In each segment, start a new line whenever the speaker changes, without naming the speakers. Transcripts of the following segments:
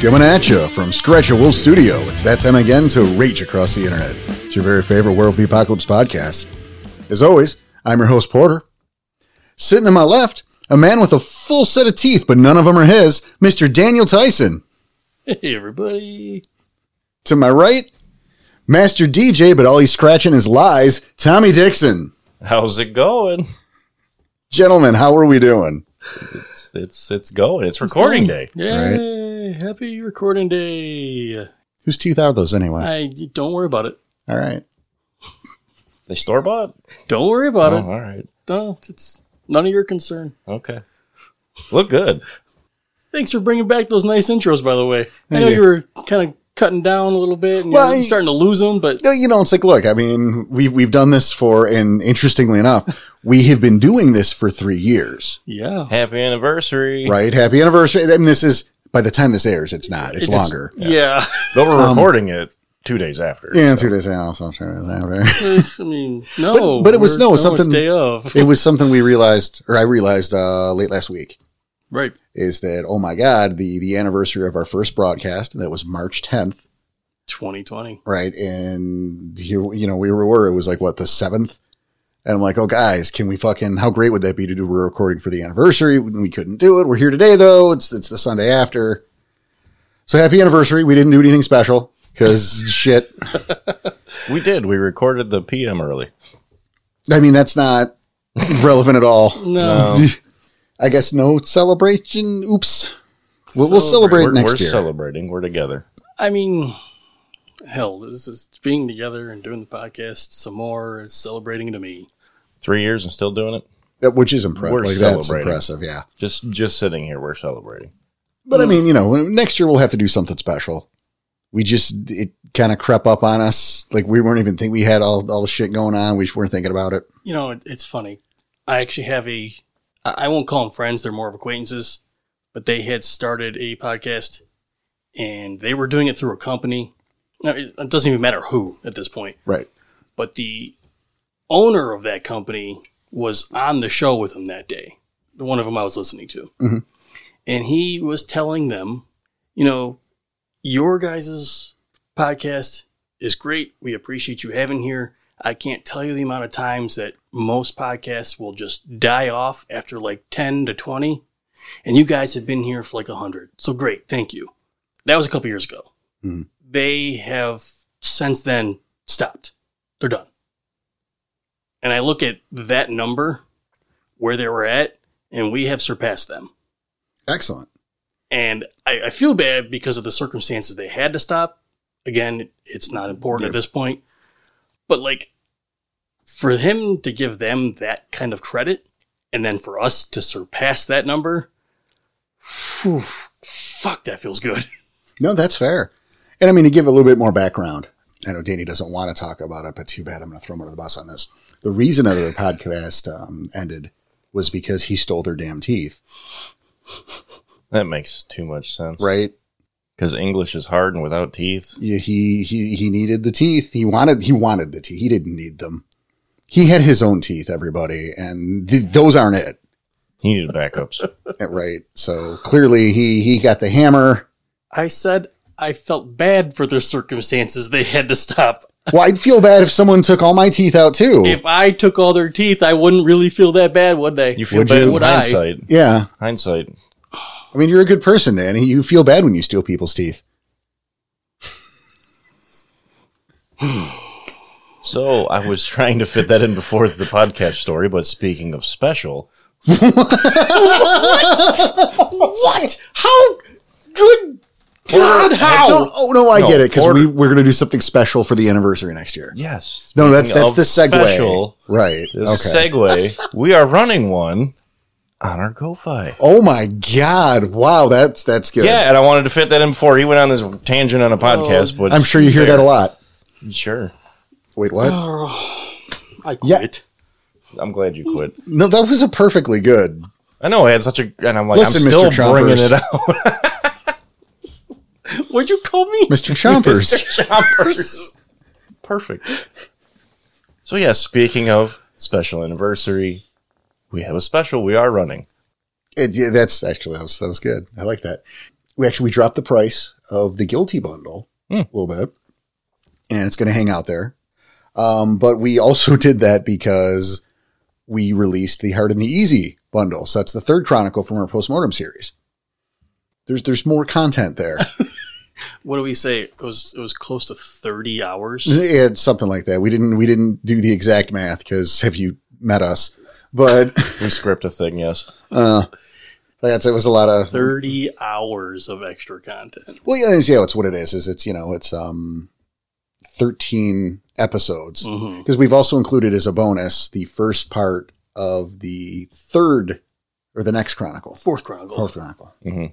Coming at you from Scratch a Wolf Studio. It's that time again to rage across the internet. It's your very favorite World of the Apocalypse podcast. As always, I'm your host, Porter. Sitting to my left, a man with a full set of teeth, but none of them are his, Mr. Daniel Tyson.
Hey, everybody.
To my right, Master DJ, but all he's scratching is lies, Tommy Dixon.
How's it going?
Gentlemen, how are we doing?
It's it's it's going. It's recording day.
Yay! Happy recording day.
Whose teeth are those anyway?
I don't worry about it.
All right.
They store bought.
Don't worry about
Oh,
it.
all right.
No, it's none of your concern.
Okay. Look good.
Thanks for bringing back those nice intros, by the way. I
Thank
know
you.
you were kind of cutting down a little bit, and
Well,
you're
I-
starting to lose them. But
No, you know, it's like, look, I mean, we've we've done this for, and interestingly enough, we have been doing this for three years,
yeah,
Happy anniversary.
right? Happy anniversary! And this is by the time this airs, it's not. It's, longer.
Yeah,
Though we're recording it two days after.
Um, Yeah, two days now. So I'm sure it's after.
There's- I mean, no,
But- but it was-
we're-
no,
it's
something-
day of,
it was something we realized, or I realized uh, late last week,
right?
is that oh my god, the the anniversary of our first broadcast that was March 10th,
2020.
right? And here, you know, we were it was like what the seventh, and I'm like, oh guys, can we fucking? How great would that be to do? We're recording for the anniversary. We couldn't do it. We're here today though. It's it's the Sunday after. So happy anniversary. We didn't do anything special because shit.
We did. We recorded the PM early.
I mean, that's not relevant at all.
No,
Uh,
Um,
I guess no celebration. Oops. We'll, we'll
Celebrate.
celebrate
we're
next
we're
year.
celebrating. We're together.
I mean, hell, this is being together and doing the podcast some more is celebrating to me.
Three years and still doing it.
That- which is impressive.
We're
Like, that's
celebrating.
impressive, yeah.
Just just sitting here. We're celebrating.
But I mean, you know, next year we'll have to do something special. We just it kind of crept up on us. Like we weren't even think we had all all the shit going on. We just weren't thinking about it.
you know, it, it's funny. I actually have a, I I won't call them friends, they're more of acquaintances, but they had started a podcast and they were doing it through a company. Now, it it doesn't even matter who at this point,
Right.
but the owner of that company was on the show with them that day, the one of them I was listening to.
Mhm.
And he was telling them, you know, your guys' podcast is great. We appreciate you having here. I can't tell you the amount of times that most podcasts will just die off after like 10 to 20. And you guys have been here for like 100. So great. Thank you. That was a couple years ago.
Mhm.
They have since then stopped. They're done. And I look at that number where they were at, and we have surpassed them.
Excellent.
And I, I feel bad because of the circumstances they had to stop. Again, it's not important at this point. But like for him to give them that kind of credit and then for us to surpass that number, phew, fuck, that feels good.
No, that's fair. And I mean, to give a little bit more background, I know Danny doesn't want to talk about it, but too bad I'm going to throw him under the bus on this. The reason that the podcast um, ended was because he stole their damn teeth,
That makes too much sense.
right?
Because English is hard and without teeth.
Yeah, he he he needed the teeth. He wanted he wanted the teeth. He didn't need them. He had his own teeth, everybody, and th- those aren't it,
He needed backups.
right? So clearly, he he got the hammer.
I said I felt bad for the circumstances they had to stop.
Well, I'd feel bad if someone took all my teeth out too.
If I took all their teeth, I wouldn't really feel that bad, would they?
You feel
Would
bad
you?
in
Would I?
hindsight.
yeah,
Hindsight.
I mean, you're a good person, Danny. You feel bad when you steal people's teeth.
So I was trying to fit that in before the podcast story, but speaking of special,
what? How good God, how?
No, oh no, I
No,
get it because we
order-
we're gonna do something special for the anniversary next year.
yes,
No, that's
speaking
that's
of
the segue,
special,
right?
This
Okay.
segue. We are running one on our GoFi.
oh my God! Wow, that's that's good.
Yeah, and I wanted to fit that in before he went on this tangent on a podcast, but
I'm sure you hear that a lot.
Sure,
Wait, what?
Oh.
I
Yeah.
quit.
I'm glad you quit.
No, that was a perfectly good.
I know I had such a, and I'm like,
Listen,
I'm still
Mr. Chompers.
bringing it out.
What'd you call me?
Mr. Chompers.
Chompers. Perfect. So yeah, speaking of special anniversary, we have a special we are running.
It- yeah, that's actually that was that was good. I like that. we actually we dropped the price of the guilty bundle
Hmm.
a little bit, and it's going to hang out there. Um, but we also did that because we released the hard and the easy bundle. So that's the third chronicle from our postmortem series. There's there's more content there.
What do we say? It was it was close to thirty hours.
it's something like that. We didn't we didn't do the exact math because have you met us? But
We script a thing, yes.
uh, that's it was a lot of
Thirty hours of extra content.
Well, yeah, it's, yeah, it's what it is. Is it's you know it's um, thirteen episodes
hmm
because we've also included as a bonus the first part of the third or the next chronicle,
Fourth Chronicle.
fourth chronicle.
Mm-hmm.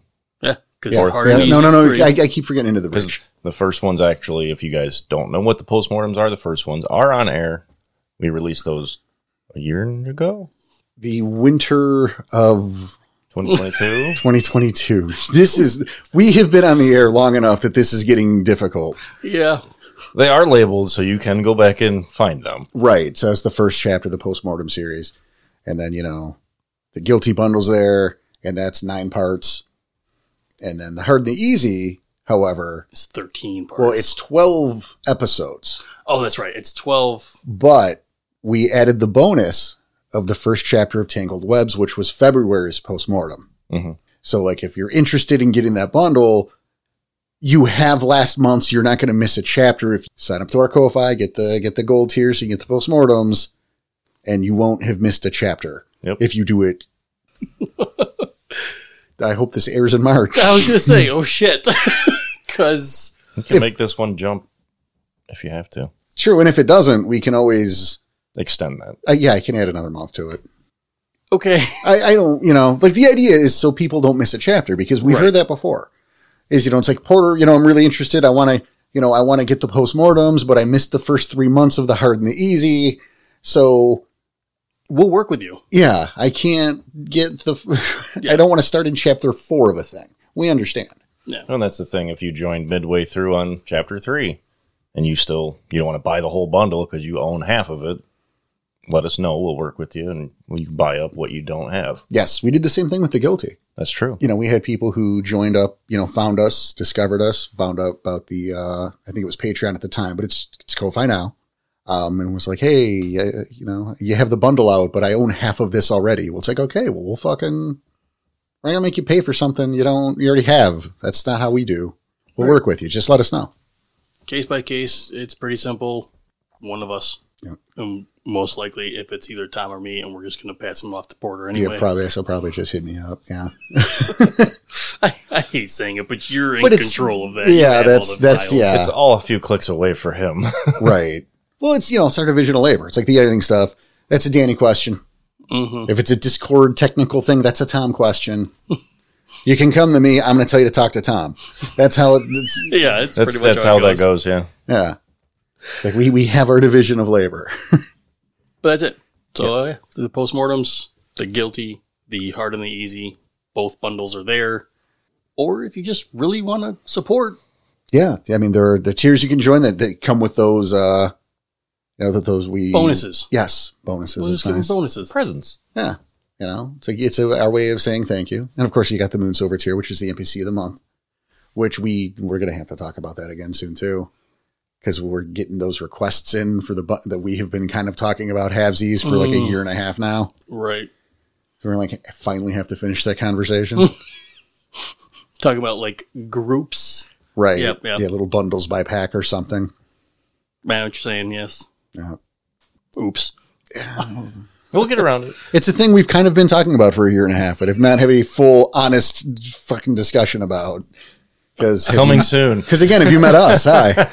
Yeah, because
Yeah.
hard
Yeah,
to
no, no,
use
no.
three.
I, I keep forgetting into the
Because
bridge.
the first ones actually, if you guys don't know what the postmortems are, the first ones are on air. We released those a year ago,
The winter of
2022.
2022. This is we have been on the air long enough that this is getting difficult.
yeah,
they are labeled, so you can go back and find them.
Right. So that's the first chapter of the postmortem series. And then, you know, the guilty bundle's there, and that's nine parts. And then the hard and the easy, however,
it's thirteen parts.
well, it's 12 episodes,
oh, that's right. It's twelve.
but we added the bonus of the first chapter of Tangled Webs, which was February's postmortem.
Mhm.
So, like, if you're interested in getting that bundle, you have last month's. You're not going to miss a chapter if you sign up to our Ko-fi, get the get the gold tier, so you get the postmortems, and you won't have missed a chapter
Yep.
if you do it. I hope this airs in March.
I was gonna say, oh shit, because
You can
If-
make this one jump if you have to.
True, and if it doesn't, we can always.
Extend that.
Uh, yeah, I can add another month to it.
okay,
I, I don't, you know, like the idea is so people don't miss a chapter because we've
Right.
heard that before. Is, you know, it's like Porter, you know, I'm really interested. I want to, you know, I want to get the postmortems, but I missed the first three months of the hard and the easy. So
we'll work with you.
yeah, I can't get the, I don't want to start in chapter four of a thing. We understand.
Oh, And that's the thing. If you join midway through on chapter three, and you still you don't want to buy the whole bundle because you own half of it, let us know. We'll work with you, and you can buy up what you don't have.
Yes, we did the same thing with the guilty.
That's true.
You know, we had people who joined up, you know, found us, discovered us, found out about the, uh, I think it was Patreon at the time, but it's, it's Ko-Fi now. Um, and was like, Hey, uh, you know, you have the bundle out, but I own half of this already. Well, it's like, okay, well, we'll fucking, we're going to make you pay for something you don't, you already have. That's not how we do. We'll work with you. Just let us know.
Case by case, it's pretty simple. One of us,
Yep.
um, most likely, if it's either Tom or me, and we're just gonna pass him off to Porter
Yeah,
anyway.
probably, so probably just hit me up. Yeah.
I, I hate saying it, but you're in
But it's-
control of that. You
yeah.
have all
That's,
the
that's,
files.
yeah.
It's all a few clicks away for him.
right. Well, it's, you know, it's our division of labor. It's like the editing stuff. That's a Danny question.
Mhm.
If it's a Discord technical thing, that's a Tom question. you can come to me. I'm going to tell you to talk to Tom. That's how it, it's,
Yeah, it's
that's
pretty much
that's how
it
that goes. Yeah.
yeah. It's like we, we have our division of labor.
But that's it. So uh, the postmortems, the guilty, the hard and the easy, both bundles are there. Or if you just really want to support,
yeah. I mean, there are the tiers you can join that, that come with those, uh, you know, that those we
bonuses.
Yes. Bonuses.
We'll
It's
just give them
nice.
bonuses.
Presents.
yeah. You know, it's like, it's a, our way of saying thank you. And of course you got the moon silver tier, which is the NPC of the month, which we, we're going to have to talk about that again soon too. because we're getting those requests in for the bu- that we have been kind of talking about halvesies for like a
Mm.
year and a half now.
Right.
We're like, I finally have to finish that conversation,
Talking about like groups.
right?
Yep, yep.
Yeah, little bundles by pack or something.
I know what you're saying, yes.
Yeah.
Oops.
We'll get around it.
It's a thing we've kind of been talking about for a year and a half, but have not have a full, honest, fucking discussion about. Because
Coming soon.
because again, if you met us, hi,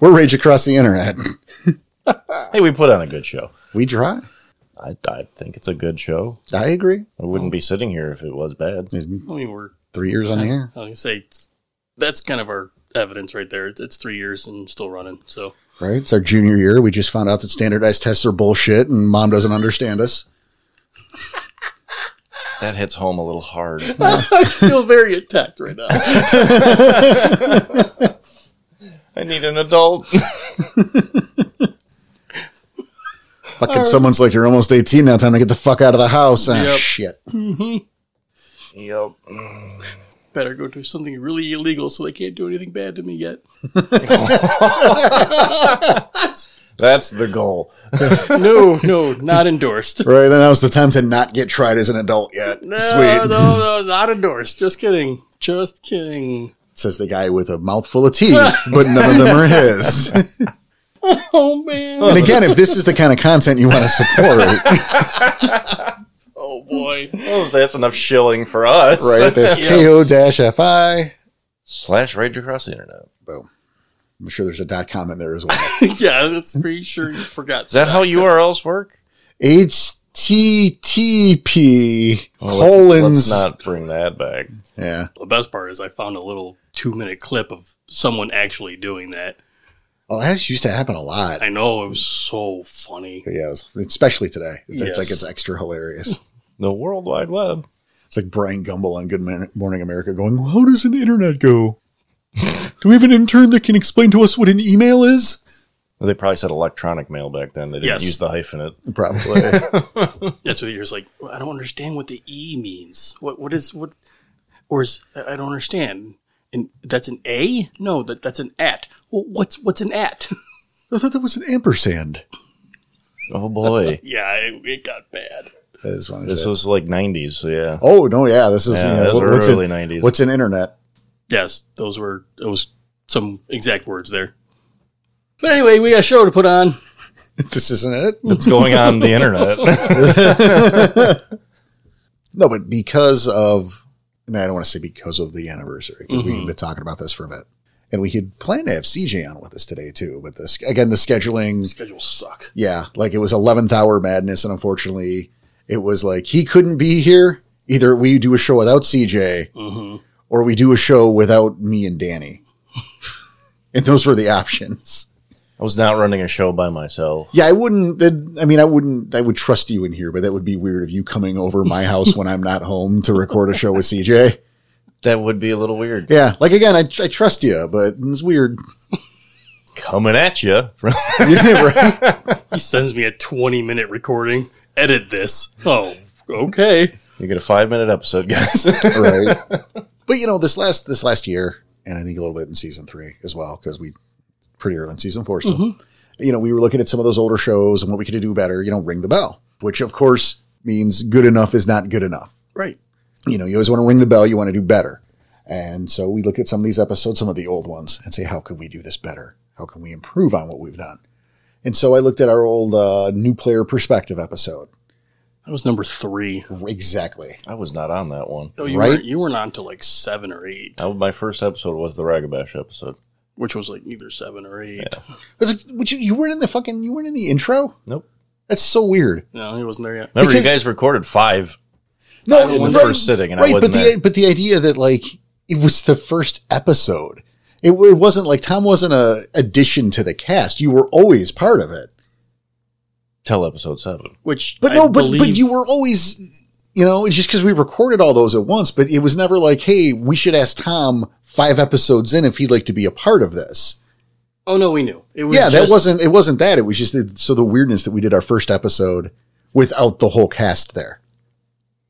we're rage across the internet.
Hey, we put on a good show.
We try.
I, I think it's a good show.
I agree.
I wouldn't be sitting here if it was bad.
In
I mean, we're,
Three years on the air.
I was going to say, it's- that's kind of our evidence right there. It's, it's three years and still running. So,
Right? It's our junior year. We just found out that standardized tests are bullshit and mom doesn't understand us.
That hits home a little hard.
I feel very attacked right now.
I need an adult.
Fucking someone's like, you're almost 18 now. Time to get the fuck out of the house. Ah,
Yep.
shit.
yep.
better go do something really illegal so they can't do anything bad to me yet.
That's the goal.
No, no, not endorsed.
Right, and now's the time to not get tried as an adult yet.
No,
Sweet.
no, no, not endorsed. Just kidding. Just kidding.
Says the guy with a mouthful of tea, but none of them are his.
Oh man.
and again, if this is the kind of content you want to support,
Oh boy.
Oh, that's enough shilling for us.
right, that's
Yeah.
ko-fi.
Slash Rage Across the Internet.
Boom. I'm sure there's a dot com in there as well.
yeah, that's pretty sure you forgot.
Is that how URLs work?
HTTP
Well, let's-
colons.
Let's not bring that back.
Yeah.
The best part is I found a little two minute clip of someone actually doing that.
Oh, that used to happen a lot.
I know it was so funny.
But yeah, it was- especially today. It's, it's
Yes.
like it's extra hilarious.
The World Wide Web.
It's like Brian Gumble on Good Man- Morning America going, well, How does an internet go? Do we have an intern that can explain to us what an email is?
They probably said electronic mail back then. They didn't
Yes.
use the hyphenate.
Probably.
That's what you're just like. "Well, I don't understand what the E means. What what is what? Or is I I don't understand. And that's an A? No, that that's an at. Well, what's what's an at?
I thought that was an ampersand.
Oh boy,
yeah, it, it got bad.
That is one of
this
the-
was like '90s. so Yeah,
oh, no, yeah. This is
Yeah,
yeah,
those
what-
were
what's, an,
early 90s.
what's an internet?
Yes, those were those some exact words there. But anyway, we got a show to put on.
this isn't it.
what's going on the internet?
No, but because of, and I don't want to say because of the anniversary, because we've been talking about this for a bit. And we had planned to have CJ on with us today too, but this again the scheduling,
Schedule sucked.
yeah, like it was eleventh hour madness, and unfortunately, it was like he couldn't be here. Either we do a show without CJ, or we do a show without me and Danny, and those were the options.
I was not running a show by myself.
Yeah, I wouldn't. that- I mean, I wouldn't. I would trust you in here, but that would be weird of you coming over my house when I'm not home to record a show with CJ.
That would be a little weird.
Yeah, like again, I, I trust you, but it's weird.
Coming at you.
Yeah, right?
He sends me a twenty minute recording. Edit this. Oh, okay.
You get a five-minute episode, guys.
right. But you know, this last this last year, and I think a little bit in season three as well, because we pretty early in season four still. You know, we were looking at some of those older shows and what we could do better. You know, ring the bell, which of course means good enough is not good enough.
Right.
You know, you always want to ring the bell. You want to do better. And so we look at some of these episodes, some of the old ones, and say, how can we do this better? How can we improve on what we've done? And so I looked at our old uh, new player perspective episode.
That was number three.
Exactly.
I was not on that one.
Oh, you
Right.
weren't you weren't on till like seven or eight,
That was- my first episode was the Ragabash episode.
which was like either seven or eight.
I was like, "Would you, you weren't in the fucking, you weren't in the intro?
Nope.
That's so weird.
No, he wasn't there yet.
Remember, you
Because-
guys recorded five.
No,
was in the first sitting and I
right,
wasn't
but the
there.
but the idea that like it was the first episode, it, wa- it wasn't like Tom wasn't a addition to the cast. You were always part of it,
Till episode seven.
Which,
but
I
no, but but
believe-
you were always, you know, it's just because we recorded all those at once. But it was never like, hey, we should ask Tom five episodes in if he'd like to be a part of this.
Oh no, we knew. It was
yeah, that
just-
wasn't it. Wasn't that it was just the, so the weirdness that we did our first episode without the whole cast there.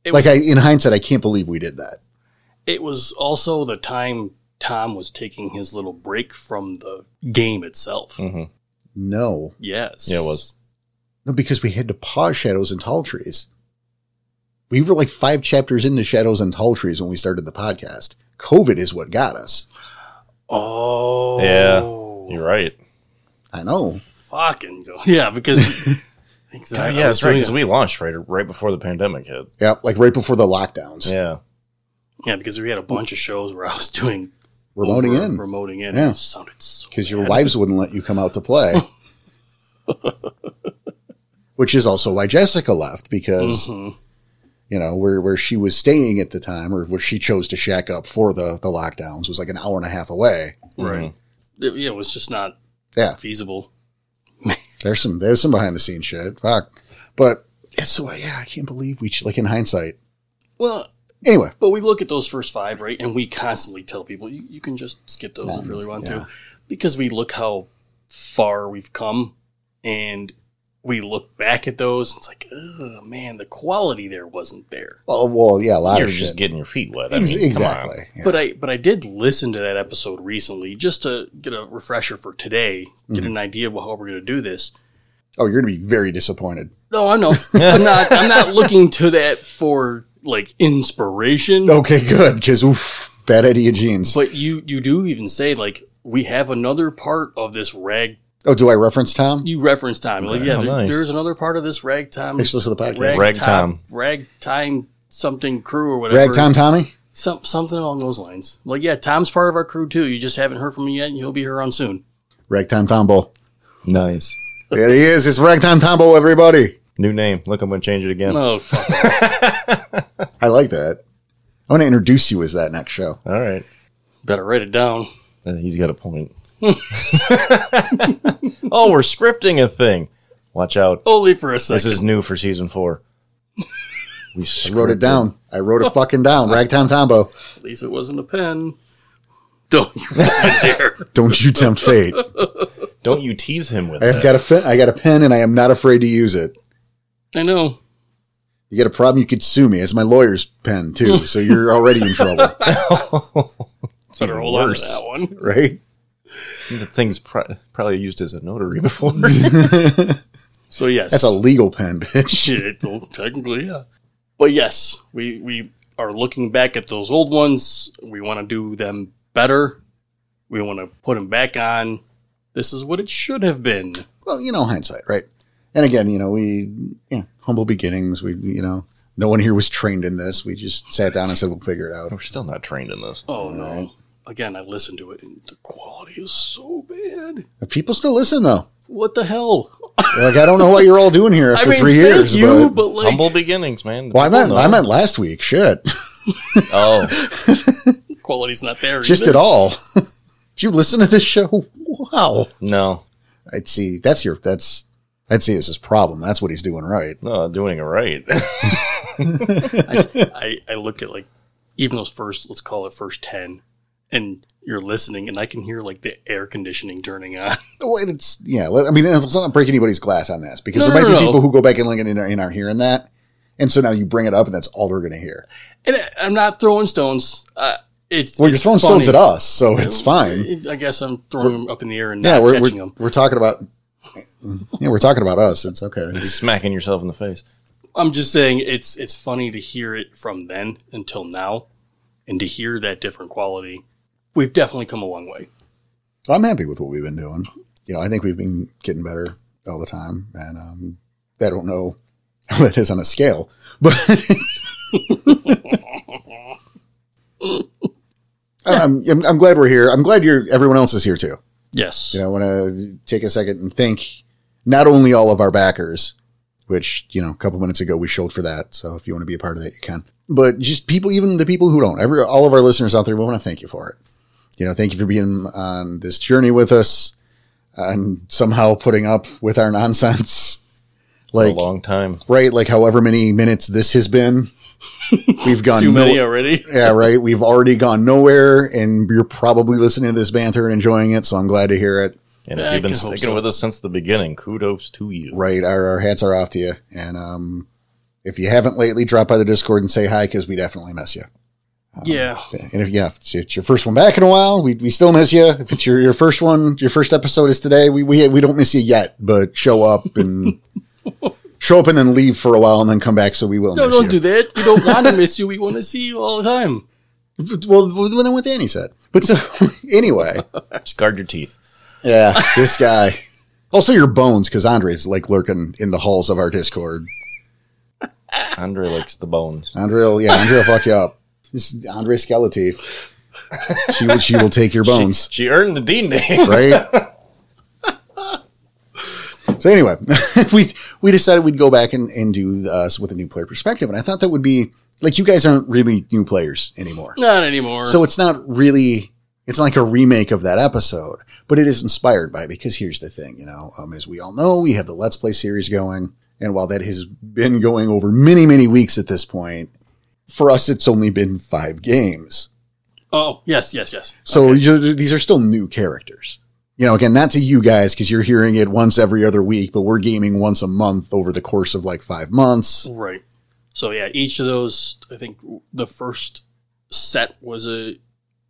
It
like I, in hindsight, I can't believe we did that.
It was also the time Tom was taking his little break from the game itself.
No,
Yes.
Mm. Yeah, it was.
no, because we had to pause Shadows and Tall Trees. We were like five chapters into Shadows and Tall Trees when we started the podcast. COVID is what got us.
Oh.
Yeah, you're right.
I know.
Fucking go. Yeah, because.
Yeah,
exactly. I was
that's right.
doing
Because
it-
we launched right right before the pandemic hit.
Yeah, like right before the lockdowns.
Yeah,
yeah, because we had a bunch of shows where I was doing
Remoting
over-
in
remoting in.
Yeah.
It sounded so.
because your
bad.
wives wouldn't let you come out to play. Which is also why Jessica left because
Mhm.
you know where where she was staying at the time or where she chose to shack up for the the lockdowns was like an hour and a half away.
Mm-hmm.
Right. It- yeah, it was just not
Yeah,
feasible.
There's some there's some behind the scenes shit. Fuck. But it's so yeah, I can't believe we ch- like in hindsight.
Well,
Anyway,
But we look at those first five, right? And we constantly tell people you, you can just skip those if you really want
yeah.
to, because we look how far we've come, and we look back at those and it's like, oh man, the quality there wasn't there.
Well, well, yeah, a lot
You're
of
just
shit.
getting your feet wet. I
Ex-
mean, come
exactly. Yeah.
But I but I did listen to that episode recently just to get a refresher for today, get an idea of how we're going to do this.
oh, you're gonna be very disappointed.
No, I know. I'm not I'm not looking to that for like inspiration.
Okay, good, because oof, bad idea jeans.
But you you do even say like we have another part of this rag.
Oh, do I reference Tom?
You reference time, like yeah.
Oh,
there-
nice.
There's another part of this ragtime,
Next listen to the podcast.
Ragtime.
ragtime something crew or whatever.
Ragtime Tommy.
Some, something along those lines. Like, yeah, Tom's part of our crew too. You just haven't heard from him yet, and he'll be here on soon.
Ragtime Tombo.
Nice.
there he is. It's Ragtime Tombo, everybody.
New name. Look, I'm going to change it again.
No, Oh, fuck off.
I like that. I want to introduce you as that next show.
All right.
better write it down.
Uh, he's got a point. oh, we're scripting a thing. Watch
Oh,
out.
Only for a
This
second.
is new for season four. We
I wrote it down. I wrote it fucking down. Ragtime Tombo.
At least it wasn't a pen. Don't you fucking dare.
Don't you tempt fate.
Don't you tease him with
I have
that.
got a fin- I got a pen, and I am not afraid to use it.
I know.
You got a problem? You could sue me. It's my lawyer's pen too, so you're already in trouble,
Better hold on to that one.
right?
The thing's pro- probably used as a notary before.
So yes,
That's a legal pen, bitch.
shit. well, Technically, yeah. But yes, we we are looking back at those old ones. We want to do them better. We want to put them back on. This is what it should have been.
Well, you know hindsight, right? And again, you know, we yeah, humble beginnings. We you know, no one here was trained in this. We just sat down and said we'll figure it out.
We're still not trained in this.
Oh no! Again, I listened to it, and the quality is so bad.
But people still listen though.
What the hell?
They're like I don't know what you're all doing here
I
after
mean,
three
thank
years.
you,
but
but, like,
Humble beginnings, man.
well, I
People
meant
know.
I meant last week. Shit,
Oh,
quality's not there.
just at
either.
all. If you listen to this show, wow.
no.
I'd see that's your that's I'd see it's his problem. That's what he's doing right.
No, doing it right.
I I look at like even those first, let's call it first ten, and you're listening, and I can hear like the air conditioning turning on.
Oh, and it's yeah. let- I mean, let's not break anybody's glass on this because
No,
there might
no,
be
no.
people who go back and link and aren't- aren't hearing that, and so now you bring it up and that's all they're going to hear.
And I, I'm not throwing stones. Uh, it's
Well, you're
it's
throwing stones at
funny.
us, so it's fine.
It- I guess I'm throwing them up in the air and
Yeah,
not
we're
catching
we're,
them.
we're talking about yeah we're talking about us. It's okay.
Smacking yourself in the face.
I'm just saying it's it's funny to hear it from then until now, and to hear that different quality. We've definitely come a long way.
I'm happy with what we've been doing. You know, I think we've been getting better all the time, and um, I don't know how that is on a scale, but I'm, Um, I'm I'm glad we're here. I'm glad you're everyone else is here too.
Yes.
You know, I want to take a second and thank not only all of our backers, which, you know, a couple minutes ago we showed for that. So if you want to be a part of that, you can. But just people, even the people who don't, every all of our listeners out there, we want to thank you for it. You know, thank you for being on this journey with us and somehow putting up with our nonsense.
A
Like,
long time.
right? Like, however many minutes this has been, we've gone
Too
no-
many already.
yeah, right. We've already gone nowhere, and you're probably listening to this banter and enjoying it. So I'm glad to hear it.
And
Yeah,
if
I
you've been
can hope
sticking
so.
with us since the beginning, kudos to you.
right our, our hats are off to you and um if you haven't lately drop by the discord and say hi because we definitely miss you
Yeah.
and if yeah if it's, it's your first one back in a while we, we still miss you if it's your, your first one your first episode is today we, we we don't miss you yet but show up and show up and then leave for a while and then come back so we will
No,
miss
don't
you
do that. We don't want to miss you. We want to see you all the time.
well well, then what danny said but so anyway
Scarred your teeth.
yeah this guy also your bones because andre's like lurking in the halls of our discord
Andre likes the bones.
Andrea, will- yeah, Andrea, will fuck you up. This is Andrea Skeletief. She will, she will take your bones,
She earned the D name.
right? so anyway, we we decided we'd go back and and do us with a new player perspective, and I thought that would be like you guys aren't really new players anymore,
Not anymore.
so it's not really. It's like a remake of that episode, but it is inspired by it because here's the thing, you know, um, as we all know, we have the Let's Play series going. And while that has been going over many, many weeks at this point, for us, it's only been five games.
oh, yes, yes, yes.
So you, these are still new characters. You you know, again, not to you guys because you're hearing it once every other week, but we're gaming once a month over the course of like five months.
Right. So yeah, each of those, I think the first set was a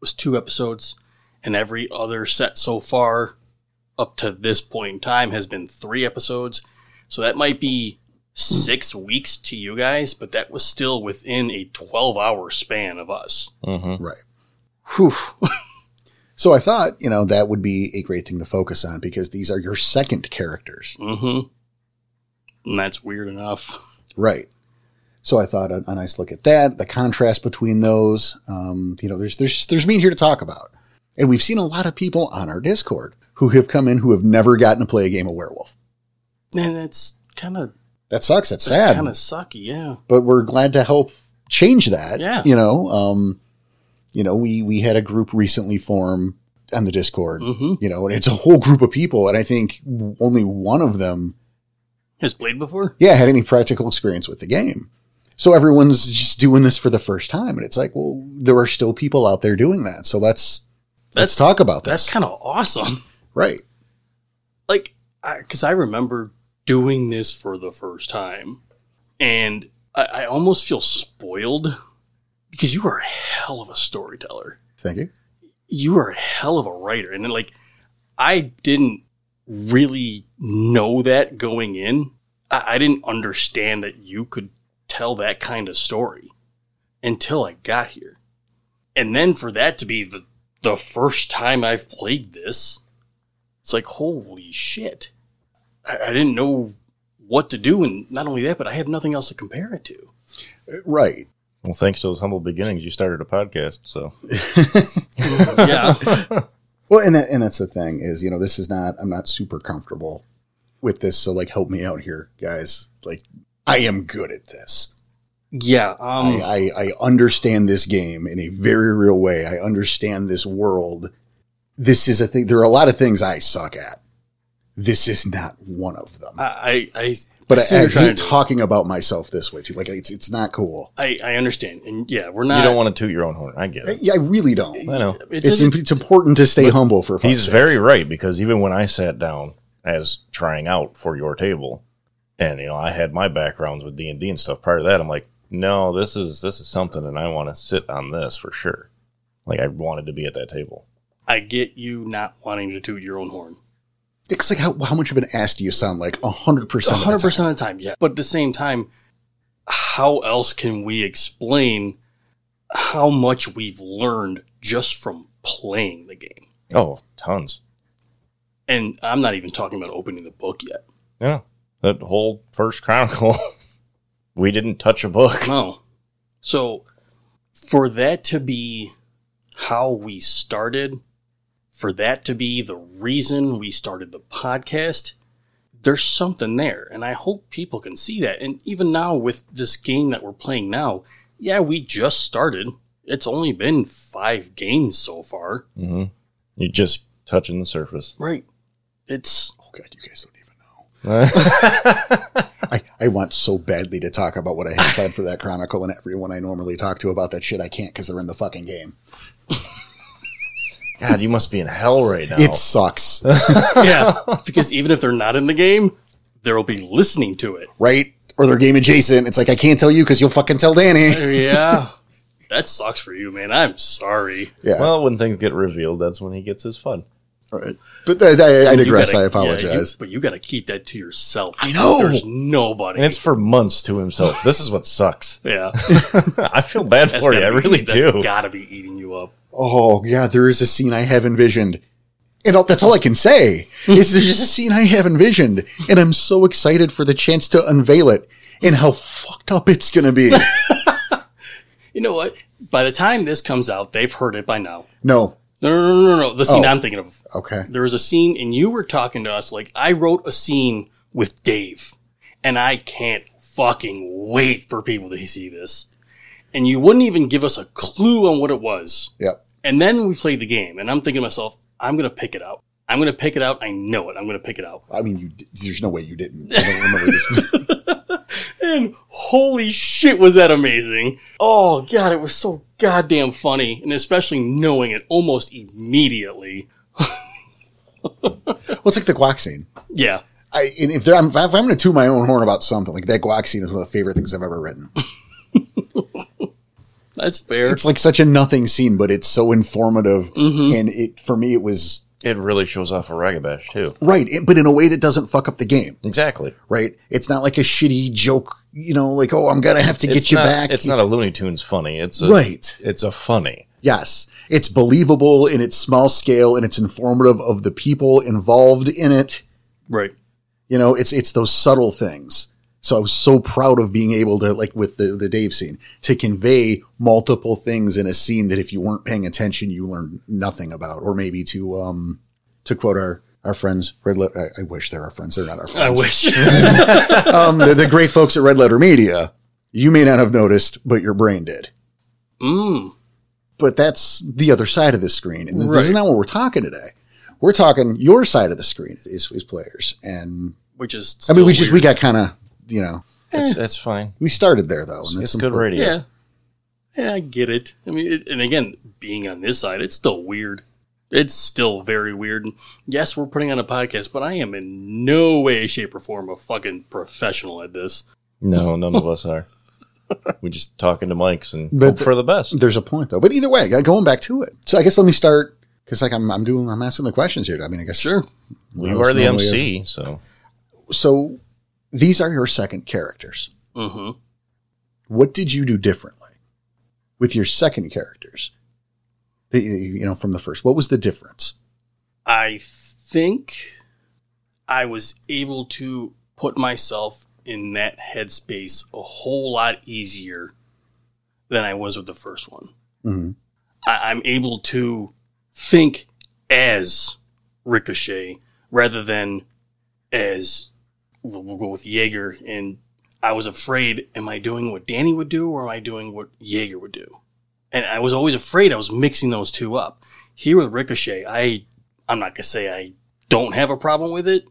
was two episodes, and every other set so far up to this point in time has been three episodes. So that might be six weeks to you guys, but that was still within a twelve hour span of us.
Mm-hmm.
Right.
Whew.
So I thought, you know, that would be a great thing to focus on because these are your second characters.
Mm-hmm. And that's weird enough.
Right. So I thought a, a nice look at that, the contrast between those. Um, you know, there's there's there's meat here to talk about, and we've seen a lot of people on our Discord who have come in who have never gotten to play a game of werewolf.
And that's kind of
That sucks. That's sad.
kind of sucky. Yeah.
but we're glad to help change that.
Yeah.
You know, um, you know, we we had a group recently form on the Discord.
Mm-hmm.
You know, and it's a whole group of people, and I think only one of them,
Has played before.
yeah, had any practical experience with the game. So everyone's just doing this for the first time, and it's like, well, there are still people out there doing that. So let's let's
That's
talk about this,
that's kind of awesome.
right?
like because I, remember doing this for the first time and I, I almost feel spoiled because you are a hell of a storyteller
Thank you.
you are a hell of a writer and then, like i didn't really know that going in I, I didn't understand that you could tell that kind of story until i got here and then for that to be the, the first time i've played this it's like holy shit I, I didn't know what to do and not only that but i have nothing else to compare it to Uh,
Right.
Well, thanks to those humble beginnings, you started a podcast. So
yeah
Well, and that and that's the thing is, you know, this is not I'm not super comfortable with this, so like help me out here, guys. Like I am good at this.
yeah um
I, uh, I, I understand this game in a very real way. I understand this world. This is a thing there are a lot of things I suck at. This is not one of them.
I, I, I
but
see what
I, I
you're trying
hate
to do.
talking about myself this way too. Like it's it's not cool.
I, I understand, and yeah, we're
you
not.
don't want to toot your own horn. I get it.
Yeah, I really don't.
I know.
it's,
It's
in-
imp- it's important to stay humble for. fuck's
He's
sake.
very right because even when I sat down as trying out for your table, and you know I had my backgrounds with D and D and stuff. Prior to that, I'm like, no, this is this is something, and I want to sit on this for sure. Like I wanted to be at that table.
I get you not wanting to toot your own horn,
It's like how, how much of an ass do you sound like? hundred percent.
hundred percent of the time. Yeah, but at the same time, how else can we explain how much we've learned just from playing the game?
Oh, tons.
And I'm not even talking about opening the book yet.
Yeah, that whole first chronicle, we didn't touch a book.
No, so for that to be how we started, for that to be the reason we started the podcast, there's something there. And I hope people can see that. And even now with this game that we're playing now, yeah, we just started. It's only been five games so far.
hmm You're just touching the surface.
Right. It's
Oh god, you guys don't even know.
I
I, I want so badly to talk about what I have planned for that chronicle and everyone I normally talk to about that shit. I can't because they're in the fucking game.
God, you must be in hell right now.
It sucks,
yeah. because even if they're not in the game, they'll be listening to it.
right? Or they're game adjacent. It's like I can't tell you because you'll fucking tell Danny.
Yeah. that sucks for you, man. I'm sorry.
Yeah,
well, when things get revealed, that's when he gets his fun.
right. but uh, I, I, I
You
digress.
gotta-
I
yeah, you-
apologize.
but you got to keep that to yourself.
I know.
There's nobody.
And it's for months to himself. This is what sucks.
yeah.
I feel bad
That's
for you. I
gotta be-
really do.
That's got to be eating you up.
oh god, there is a scene I have envisioned. And all, that's all I can say is there's just a scene I have envisioned, and I'm so excited for the chance to unveil it and how fucked up it's gonna be.
You know what? By the time this comes out, they've heard it by now.
No,
No, no, no, no, no. The
Oh.
scene I'm thinking of.
okay.
There was a scene, and you were talking to us. Like I wrote a scene with Dave, and I can't fucking wait for people to see this. And you wouldn't even give us a clue on what it was.
Yep.
And then we played the game, and I'm thinking to myself, I'm gonna pick it out. I'm gonna pick it out. I know it. I'm gonna pick it out.
I mean, you, di- there's no way you didn't. I don't remember this.
And holy shit, was that amazing! Oh god, it was so goddamn funny, and especially knowing it almost immediately.
well, it's like the guac scene.
Yeah.
I, and if, there, I'm, if I'm going to toot my own horn about something, like that guac scene is one of the favorite things I've ever written.
That's fair.
It's like such a nothing scene, but it's so informative. And it for me, it was
It really shows off a ragabash too.
right, it, but in a way that doesn't fuck up the game.
Exactly.
Right? It's not like a shitty joke. You know, like oh, I'm gonna have to get
it's
you
not,
back.
It's not a Looney Tunes funny. It's a,
right.
It's a funny.
Yes, it's believable in its small scale and it's informative of the people involved in it.
Right.
You know, it's it's those subtle things. So I was so proud of being able to like with the the Dave scene to convey multiple things in a scene that if you weren't paying attention you learned nothing about or maybe to um to quote our our friends Red Letter I, I wish they're our friends they're not our
I
friends
wish.
um the, the great folks at Red Letter Media you may not have noticed but your brain did
mm.
but that's the other side of the screen. And this is
Right.
not what we're talking today. We're talking your side of the screen is, is players. And
Which is.
I mean, we
still
just, we
weird.
got kind of, you know,
It's, that's fine.
we started there though. And
It's
Eh. that's
good
important.
radio.
Yeah. Yeah, I get it. I mean, it, and again, being on this side, it's still weird. It's still very weird. Yes, we're putting on a podcast, but I am in no way, shape, or form a fucking professional at this.
No, none of us are. We're just talking to mics and
But
hope
the-
for the best.
There's a point though. But either way, uh, going back to it. So I guess let me start because like I'm, I'm doing, I'm asking the questions here. I mean, I guess.
Sure.
You are the MC, so
So these are your second characters.
Mm-hmm.
What did you do differently with your second characters? The, you know, from the first, what was the difference?
I think I was able to put myself in that headspace a whole lot easier than I was with the first one.
hmm
I, I'm able to think as Ricochet rather than as we'll, we'll go with Jaeger. And I was afraid, am I doing what Danny would do or am I doing what Jaeger would do? And I was always afraid I was mixing those two up. Here with Ricochet, I I'm not gonna say I don't have a problem with it,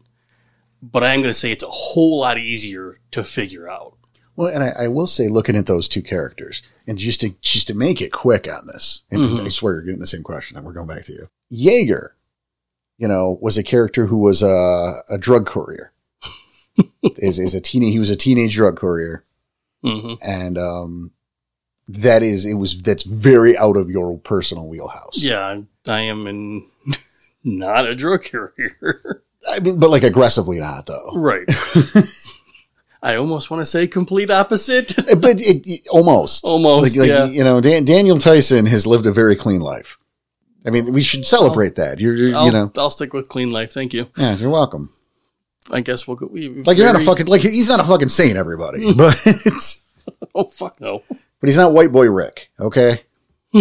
but I am gonna say it's a whole lot easier to figure out.
Well, and I, I will say, looking at those two characters, and just to just to make it quick on this, and
Mhm.
I swear you're getting the same question, and we're going back to you. Jaeger, you know, was a character who was a, a drug courier. is is a teenage he was a teenage drug courier,
Mm-hmm.
and um, that is it was that's very out of your personal wheelhouse.
Yeah, I am in not a drug carrier.
I mean, but like aggressively not though.
Right. I almost want to say complete opposite.
Uh, But it, it- almost,
Almost,
like, like,
yeah.
you know, Dan, Daniel Tyson has lived a very clean life. I mean, we should celebrate that. You're, you're
I'll,
you know,
I'll stick with clean life. Thank you.
Yeah, you're welcome.
I guess we'll go. We,
Like you're not a
very- Hmm.
fucking like he's not a fucking saint, everybody. But
Oh fuck no.
but he's not white boy Rick. Okay.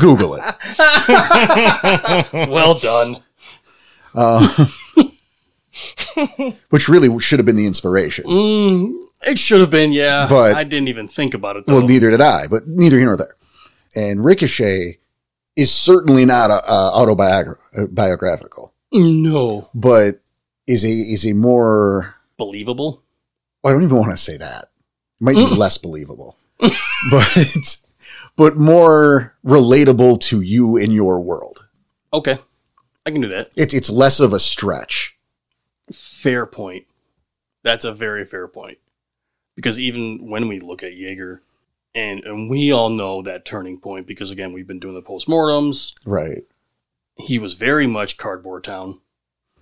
Google it.
well done.
Uh, which really should have been the inspiration.
Mm, it should have been. Yeah,
But-
I didn't even think about it. Though.
Well, neither did I, but neither here nor there. And Ricochet is certainly not a, a uh, autobiographical,
no,
but is a is a more.
believable.
I don't even want to say that. Might be less believable, but but more relatable to you in your world.
Okay, I can do that.
It's it's less of a stretch.
Fair point. That's a very fair point. Because even when we look at Jaeger, and and we all know that turning point because again we've been doing the postmortems.
Right.
he was very much cardboard town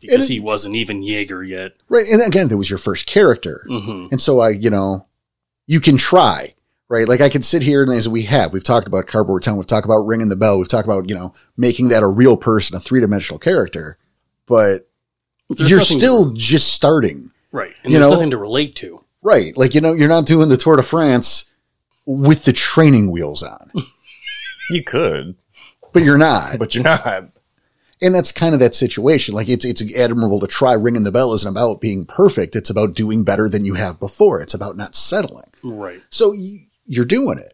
because
it-
he wasn't even Jaeger yet.
Right. And again, that was your first character.
hmm
And so I, you know, you can try, right? Like I can sit here and as we have, we've talked about Cardboard Town, we've talked about Ringing the Bell, we've talked about, you know, making that a real person, a three dimensional character, but you're still just starting.
right, and
you
there's
know-
nothing to relate to.
Right. Like, you know, you're not doing the Tour de France with the training wheels on,
you could,
but you're not.
but you're not.
and that's kind of that situation. Like it's it's admirable to try. Ringing the bell isn't about being perfect. It's about doing better than you have before. It's about not settling.
Right,
So you, you're doing it,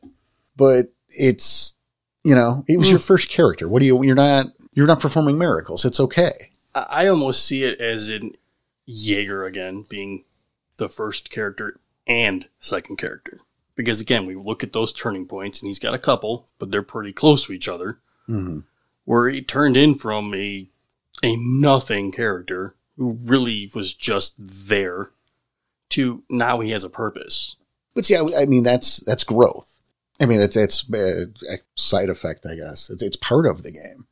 but it's you know it was your first character. What do you? You're not you're not performing miracles. It's okay.
I, I almost see it as in Jaeger again being the first character and second character because again we look at those turning points and he's got a
Mm.
couple, but they're pretty close to each other.
Mhm.
Where he turned in from a a nothing character who really was just there to now he has a purpose.
But see, I, I mean, that's that's growth. I mean, that's that's uh, a side effect, I guess. It's, it's part of the game.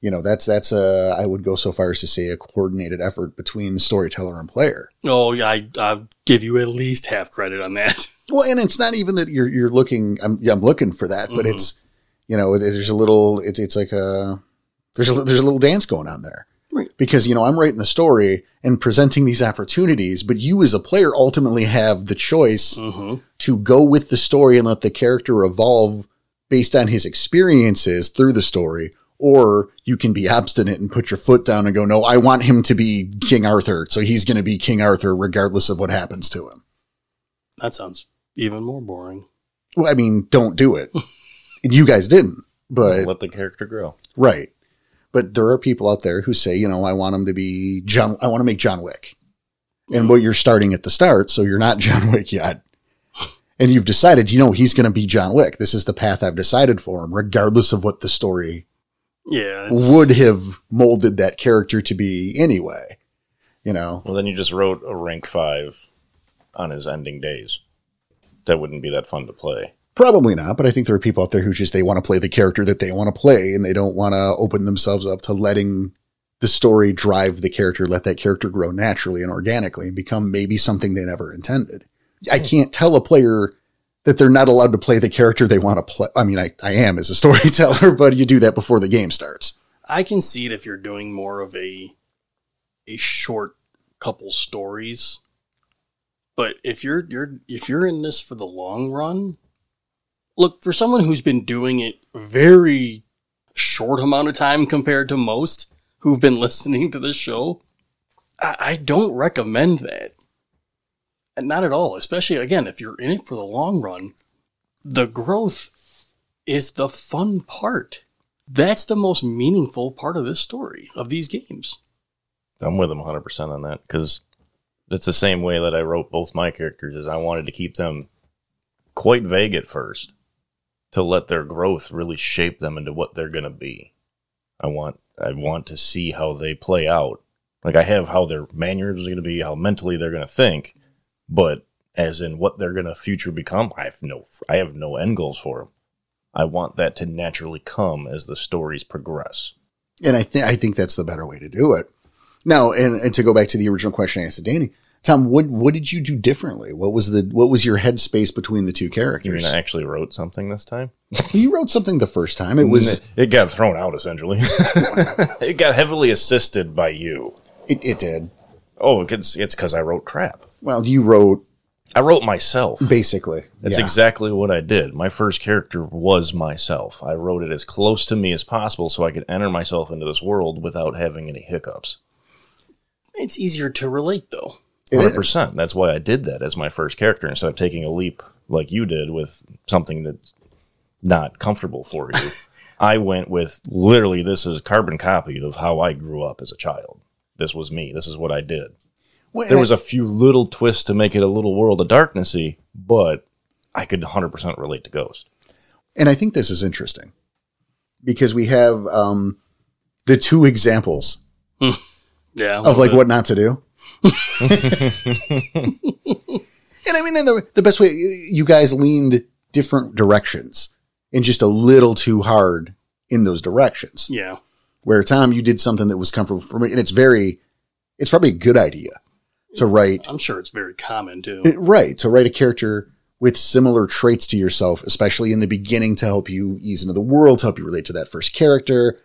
You know, that's that's a I would go so far as to say a coordinated effort between the storyteller and player.
Oh, yeah, I, I give you at least half credit on that.
Well, and it's not even that you're you're looking. I'm yeah, I'm looking for that, but
Mhm.
it's you know there's a little. It's it's like a there's a there's a little dance going on there
Right.
because you know I'm writing the story and presenting these opportunities, but you as a player ultimately have the choice
Mm-hmm.
to go with the story and let the character evolve based on his experiences through the story, or you can be obstinate and put your foot down and go, no, I want him to be King Arthur, so he's going to be King Arthur regardless of what happens to him.
That sounds even more boring.
Well, I mean, don't do it. and you guys didn't, but
Let the character grow.
right. But there are people out there who say, you know, I want him to be John. I want to make John Wick. And well, you're starting at the start, so you're not John Wick yet. And you've decided, you know, he's going to be John Wick. This is the path I've decided for him, regardless of what the story
Yeah, it's-
would have molded that character to be anyway. You know,
Well, then you just wrote a rank five on his ending days. That wouldn't be that fun to play.
probably not, but I think there are people out there who just they want to play the character that they want to play and they don't want to open themselves up to letting the story drive the character, let that character grow naturally and organically and become maybe something they never intended. I can't tell a player that they're not allowed to play the character they want to play. I mean, I, I am as a storyteller, but you do that before the game starts.
I can see it if you're doing more of a a short couple stories. But if you're you're if you're in this for the long run, look for someone who's been doing it very short amount of time compared to most who've been listening to this show, I, I don't recommend that. And not at all, especially again if you're in it for the long run, the growth is the fun part that's the most meaningful part of this story of these games.
I'm with him 100% on that because it's the same way that I wrote both my characters is I wanted to keep them quite vague at first to let their growth really shape them into what they're going to be. I want I want to see how they play out. Like I have how their mannerisms are going to be, how mentally they're going to think, but as in what they're going to future become, I have no I have no end goals for them. I want that to naturally come as the stories progress.
And I think, I think that's the better way to do it. Now, and, and to go back to the original question I asked to Danny, Tom, what, what did you do differently? What was the, what was your headspace between the two
You
characters?
mean I actually wrote something this time?
Well, you wrote something the first time. It was
it, it got thrown out essentially. it got heavily assisted by you.
it, it did.
Oh, it's it's because I wrote crap.
Well, you wrote
I wrote myself.
basically.
That's
yeah.
exactly what I did. My first character was myself. I wrote it as close to me as possible so I could enter myself into this world without having any hiccups.
It's easier to relate though.
It
Hundred
is.
percent. That's why I did that as my first character instead of taking a leap like you did with something that's not comfortable for you. I went with literally this is carbon copy of how I grew up as a child. This was me. This is what I did.
Well,
There was a few little twists to make it a little world of darknessy, but I could 100% relate to Ghost.
and I think this is interesting because we have um, the two examples
Yeah.
of like what not to do. and I mean, then the, the best way you guys leaned different directions and just a little too hard in those directions.
Yeah.
Where Tom, you did something that was comfortable for me, and it's very, it's probably a good idea to write
I'm sure it's very common too.
Uh, Right. To write a character with similar traits to yourself, especially in the beginning to help you ease into the world, to help you relate to that first character.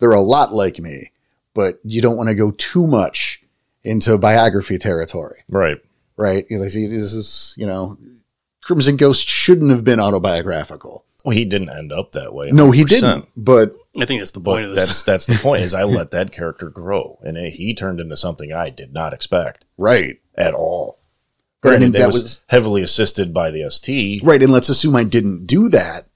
They're a lot like me, but you don't want to go too much into biography territory,
Right.
right? You know, like, see, this is, you know, Crimson Ghost shouldn't have been autobiographical.
Well, he didn't end up that way.
No, he
100%.
didn't, but
I think that's the point
But
of
that's
this.
that's the point. Is I let that character grow, and it- he turned into something I did not expect
right.
at all.
But I
Granted,
mean,
that
that
was,
was-
heavily assisted by the ST.
Right. And let's assume I didn't do that.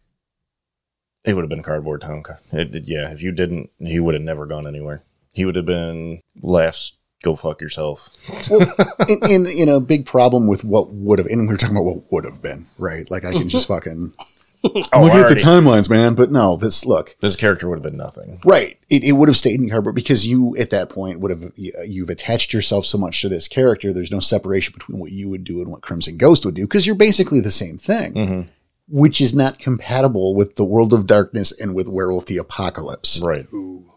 It would have been cardboard town. Car. It, it- yeah, if you didn't, he would have never gone anywhere. He would have been laughs. Go fuck yourself.
in, in, in a big problem with what would have, and we were talking about what would have been, right? Like I can just fucking
Oh,
looking at the
already.
timelines, man. But no, this look
This character would have been nothing.
right. It, it would have stayed in cardboard because you at that point would have you've attached yourself so much to this character. There's no separation between what you would do and what Crimson Ghost would do because you're basically the same thing,
Mm-hmm.
which is not compatible with the world of darkness and with Werewolf the Apocalypse.
Right.
Ooh.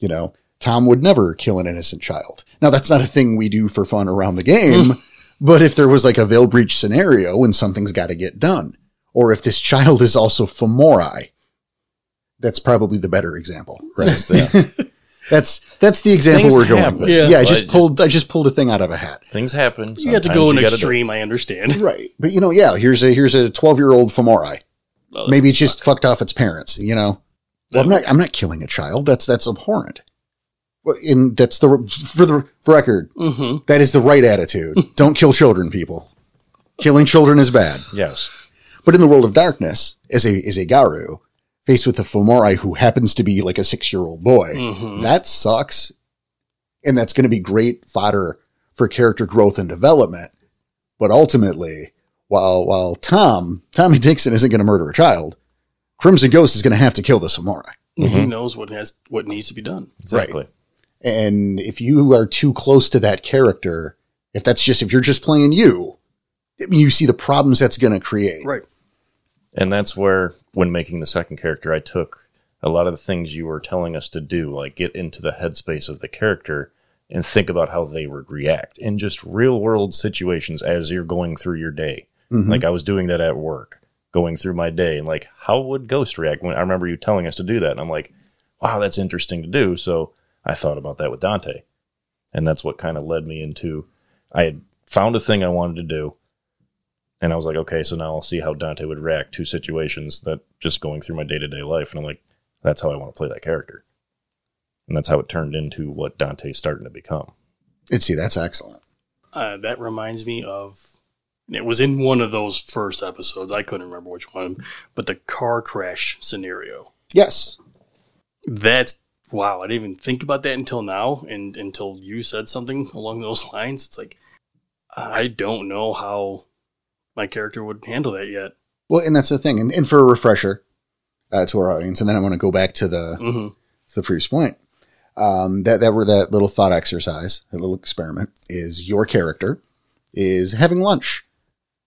You know, Tom would never kill an innocent child. Now that's not a thing we do for fun around the game. But if there was like a veil breach scenario and something's got to get done, or if this child is also femori, that's probably the better example, right?
Just that.
that's that's the example
Things
we're going
happen.
with.
Yeah.
Yeah, I
Well,
just
it
pulled I just pulled a thing out of a hat.
Things happen.
You have to
Sometimes
go an
you gotta do-
extreme, I understand.
Right. But you know, yeah, here's a here's a 12-year-old femori.
Well,
Maybe
that's
it's just fucked off its parents, you know. Well, I'm not I'm not killing a child. That's that's abhorrent. Well, and that's the for the for record,
Mm-hmm.
Mhm.
that is the right attitude. Don't kill children, people. Killing children is bad.
Yes.
But in the world of darkness, as a as a Garu, faced with a Fomori who happens to be like a six year old boy, that sucks. And that's going to be great fodder for character growth and development. But ultimately, while while Tom Tommy Dixon isn't going to murder a child, Crimson Ghost is going to have to kill the Samora.
Mm-hmm.
He knows what has what needs to be done.
Exactly.
And if you are too close to that character, if that's just if you're just playing you, I mean, you see the problems that's going to create.
Right.
And that's where, when making the second character, I took a lot of the things you were telling us to do, like get into the headspace of the character and think about how they would react in just real world situations as you're going through your day. Like I was doing that at work, going through my day, and like, how would Ghost react? When I remember you telling us to do that, and I'm like, wow, that's interesting to do. So I thought about that with Dante. And that's what kind of led me into I had found a thing I wanted to do. And I was like, okay, so now I'll see how Dante would react to situations that just going through my day to day life. And I'm like, that's how I want to play that character. And that's how it turned into what Dante's starting to become.
And see, that's excellent.
Uh, that reminds me of and it was in one of those first episodes. I couldn't remember which one, but the car crash scenario.
Yes.
That's wow. I didn't even think about that until now, and until you said something along those lines. It's like I don't know how my character would handle that yet.
Well, and that's the thing. And, and for a refresher uh, to our audience, and then I want to go back to the
hmm
to the previous point. Um, that that were that little thought exercise, that little experiment is your character is having lunch,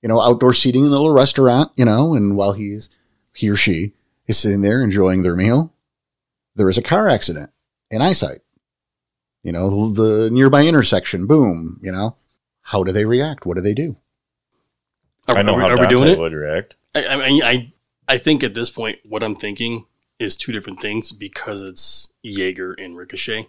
you know, outdoor seating in a little restaurant, you know, and while he's he or she is sitting there enjoying their meal, there is a car accident in eyesight, you know, the nearby intersection, boom, you know, how do they react? What do they do?
Are,
I know
are we-
how
are we
Dante
doing it?
would react.
I, I mean, I I think at this point, what I'm thinking is two different things because it's Jaeger and Ricochet.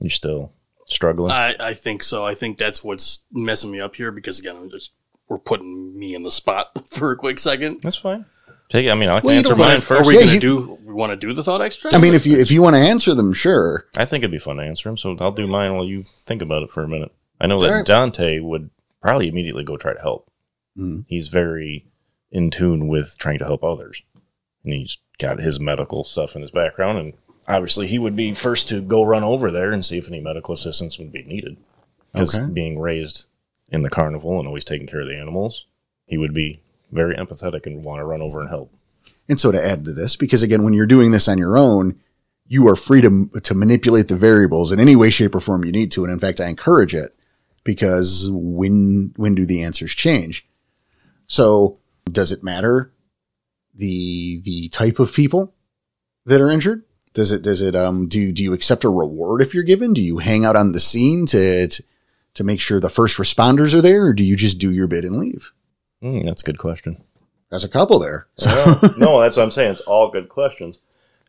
You're still struggling.
I, I think so. I think that's what's messing me up here because again, I'm just we're putting me in the spot for a quick second.
that's fine. Take it. I mean, I can
Well, you
answer
don't
mine
wanna-
Are
first.
we
Yeah,
gonna
you-
do? We want to do the thought extra?
I mean, if you if you want to answer them, sure.
I think it'd be fun to answer him. So I'll do mine while you think about it for a minute. I know
All
that
right.
Dante would probably immediately go try to help.
Mm.
He's very in tune with trying to help others. And he's got his medical stuff in his background. And obviously, he would be first to go run over there and see if any medical assistance would be needed. Because
Okay.
being raised in the carnival and always taking care of the animals, he would be very empathetic and want to run over and help.
And so to add to this, because again, when you're doing this on your own, you are free to, to manipulate the variables in any way, shape or form you need to. And in fact, I encourage it because when, when do the answers change? So does it matter the, the type of people that are injured? Does it, does it, um, do, do you accept a reward if you're given? Do you hang out on the scene to, to, to make sure the first responders are there or do you just do your bit and leave?
Mm, that's a good question.
There's a couple there. So,
no, no, that's what I'm saying. It's all good questions.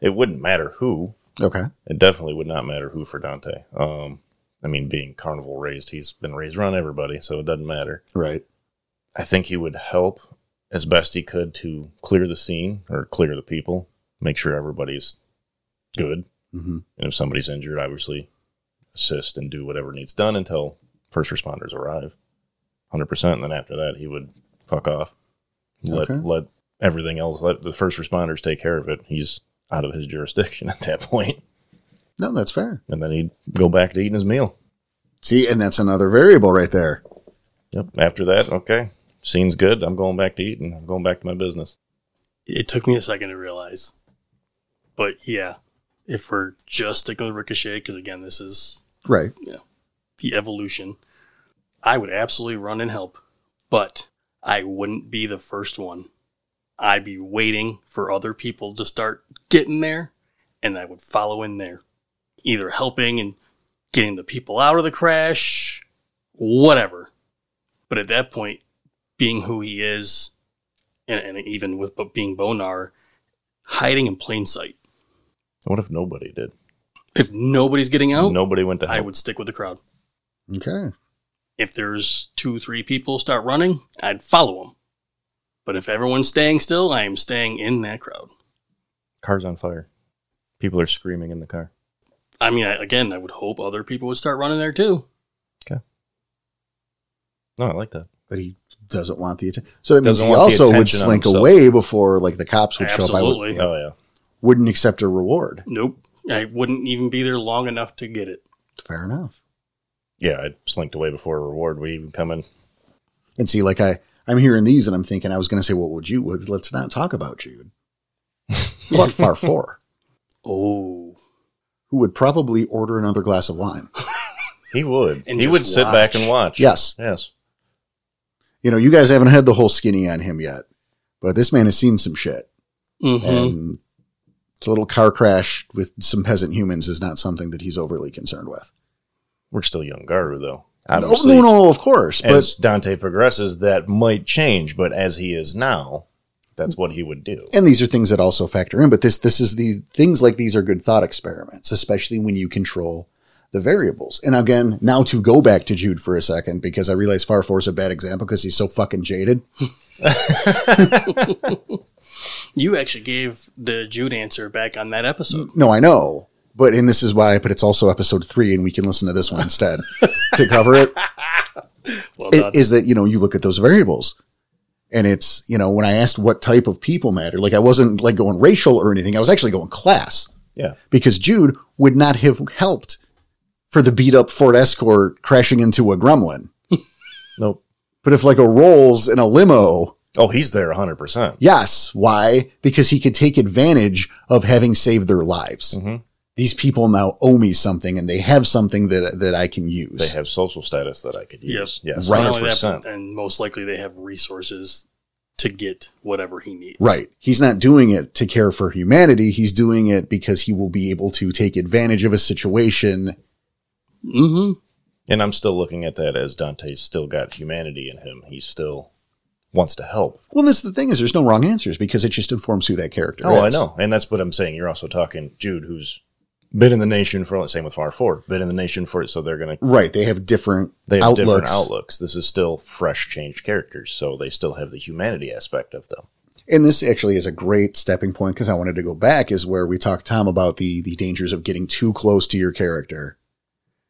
It wouldn't matter who.
okay.
It definitely would not matter who for Dante. Um, I mean, being carnival raised, he's been raised around everybody, so it doesn't matter.
Right.
I think he would help as best he could to clear the scene or clear the people, make sure everybody's good.
hmm
And if somebody's injured, obviously assist and do whatever needs done until first responders arrive. 100%. And then after that, he would fuck off. Let,
Okay.
let everything else, let the first responders take care of it. He's out of his jurisdiction at that point.
No, that's fair.
And then he'd go back to eating his meal.
See, and that's another variable right there.
Yep. After that, okay, scene's good. I'm going back to eating. I'm going back to my business.
It took me a second to realize. But yeah, if we're just sticking with Ricochet, because again, this is
Right.
the evolution, I would absolutely run and help, but I wouldn't be the first one. I'd be waiting for other people to start getting there, and I would follow in there, either helping and getting the people out of the crash, whatever. But at that point, being who he is, and, and even with but being Bonar, hiding in plain sight.
What if nobody did?
If nobody's getting out,
Nobody went to
I
help.
would stick with the crowd.
Okay.
if there's two, three people start running, I'd follow them. But if everyone's staying still, I am staying in that crowd.
Car's on fire. People are screaming in the car.
I mean, I, again, I would hope other people would start running there too.
No, I like that.
But he doesn't want the attention. So that means
Doesn't
he
want the
also would
attention on
slink
himself.
away before like the cops would show up. I would,
Absolutely.
yeah,
Oh yeah.
wouldn't accept a reward.
Nope. I wouldn't even be there long enough to get it.
Fair enough.
Yeah, I slinked away before a reward would even come in.
And see, like I, I'm hearing these, and I'm thinking, I was going to say, what would you? Would let's not talk about Jude. How about Far Four,
Oh.
who would probably order another glass of wine?
He would.
And
he
just
would sit back
watch.
and watch.
Yes.
Yes.
You know, you guys haven't had the whole skinny on him yet, but this man has seen some shit,
Mm-hmm.
and it's a little car crash with some peasant humans is not something that he's overly concerned with.
We're still young Garu though.
Oh, No,
Obviously,
no, no, of course, but
as Dante progresses, that might change, but as he is now, that's what he would do.
and these are things that also factor in but this this is the things like these are good thought experiments especially when you control the variables and again now to go back to jude for a second because i realize far four is a bad example because he's so fucking jaded
You actually gave the Jude answer back on that episode.
no i know but and this is why but it's also episode three and we can listen to this one instead to cover it
Well
it-
done.
is that you know you look at those variables and it's you know when i asked what type of people matter like i wasn't like going racial or anything i was actually going class
Yeah.
because Jude would not have helped for the beat up Ford Escort crashing into a gremlin.
Nope.
But if like a Rolls in a limo,
Oh, he's there 100%.
yes. Why? Because he could take advantage of having saved their lives.
Mhm.
These people now owe me something and they have something that, that I can
They
use.
have social status that I could use. Yes.
Not only that,
100%.
but- and most likely they have resources to get whatever he needs.
Right. He's not doing it to care for humanity. He's doing it because he will be able to take advantage of a situation.
Mm-hmm.
And I'm still looking at that as Dante's still got humanity in him. He still wants to help.
Well, this the thing is there's no wrong answers because it just informs who that character is.
Oh, I know. And that's what I'm saying. You're also talking Jude, who's been in the nation for, same with Far 4, been in the nation for it. So they're going to,
Right. They have different
they have
outlooks.
different outlooks. This is still fresh, changed characters. So they still have the humanity aspect of them.
And this actually is a great stepping point because I wanted to go back is where we talked Tom about the the dangers of getting too close to your character.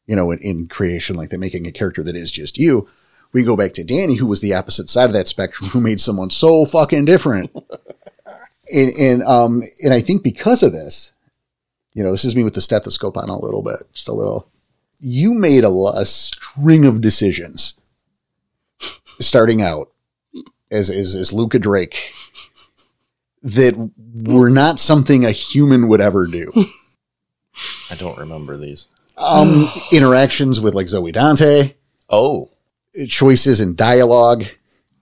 You know, in, in creation, like they're making a character that is just you. We go back to Danny, who was the opposite side of that spectrum, who made someone so fucking different. and and um and I think because of this, you know, this is me with the stethoscope on a little bit, just a little. You made a, lo- a string of decisions, starting out as as, as Luca Drake that were not something a human would ever do.
I don't remember these.
Um, interactions with like Zoe Dante,
Oh,
choices in dialogue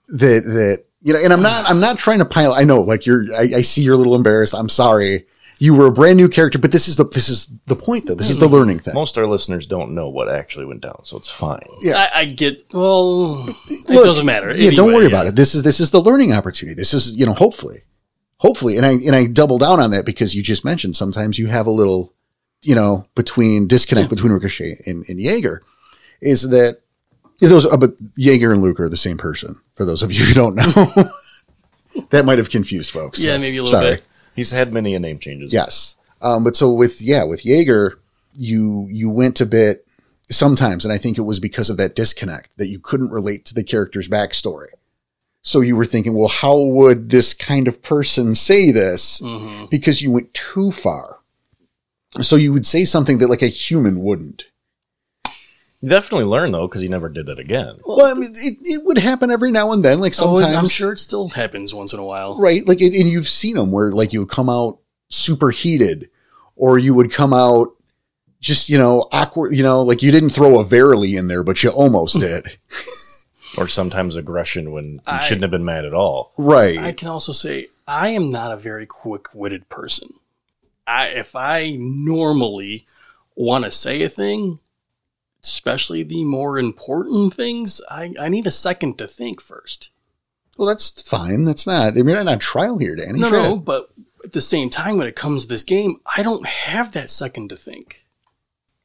that that you know. And I'm not I'm not trying to pile. I know, like you're. I, I see you're a little embarrassed. I'm sorry. You were a brand new character, but this is the this is the point though. This is the learning thing.
most of our listeners don't know what actually went down. So it's fine.
Yeah.
I, I get, well, it
Look,
doesn't matter.
Yeah, don't
Anyway,
worry
yeah.
about it. This is this is the learning opportunity. This is you know hopefully, hopefully, and I and I double down on that because you just mentioned sometimes you have a little, you know, between disconnect between Ricochet and, and Jaeger, is that those uh, but Jaeger and Luke are the same person. For those of you who don't know, that might have confused folks.
Yeah,
So,
maybe a little bit.
He's had many a name changes.
Yes. Um, but so with yeah, with Jaeger, you you went a bit sometimes, and I think it was because of that disconnect that you couldn't relate to the character's backstory. So you were thinking, well, how would this kind of person say this?
Mm-hmm.
Because you went too far. So you would say something that like a human wouldn't.
You definitely learn though because he never did that again.
Well, I mean, it, it would happen every now and then. Like
oh,
sometimes,
I'm sure it still happens once in a while.
right? Like, it, and you've seen them where like you come out super heated, or you would come out just you know awkward. You know, like you didn't throw a verily in there, but you almost did.
Or sometimes aggression when you
I-
shouldn't have been mad at all.
Right.
I can also say I am not a very quick-witted person. I if I normally want to say a thing, especially the more important things, I, I need a second to think first.
well, that's fine. That's not. I mean, I'm on trial here, Danny.
No,
Shit.
no, but at the same time, when it comes to this game, I don't have that second to think.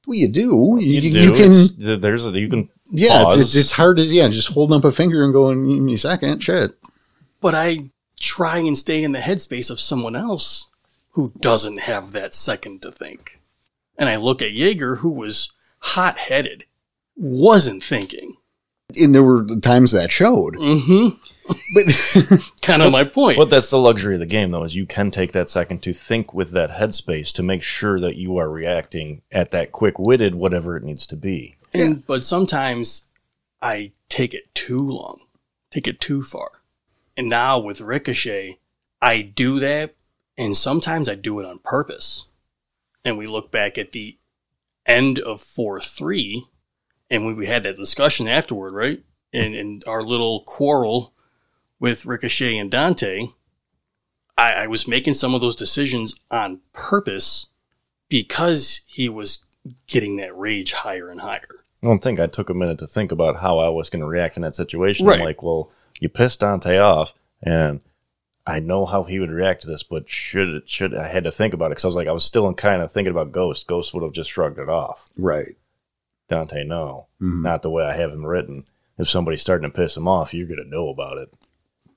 Well, you do. You, you,
do.
you can.
It's- th- there's a, you can.
Yeah, it's, it's,
pause.
it's hard to yeah, just holding up a finger and going, "Give me a second, shit.
But I try and stay in the headspace of someone else who doesn't have that second to think. And I look at Jaeger, who was hot headed, wasn't thinking.
And there were times that showed,
Mm-hmm.
but
Kind of my point.
But that's the luxury of the game though is you can take that second to think with that headspace to make sure that you are reacting at that quick witted whatever it needs to be.
And, But sometimes I take it too long, take it too far. And now with Ricochet, I do that, and sometimes I do it on purpose. And we look back at the end of 4 3, and we, we had that discussion afterward, right? And, and our little quarrel with Ricochet and Dante, I, I was making some of those decisions on purpose because he was getting that rage higher and higher.
I don't think I took a minute to think about how I was going to react in that situation.
Right.
I'm like, well, you pissed Dante off, and I know how he would react to this, but should it should I had to think about it because I was like, I was still in kind of thinking about Ghost. Ghost would have just shrugged it off.
right.
Dante, no,
Mhm.
not the way I have him written. If somebody's starting to piss him off, you're going to know about it.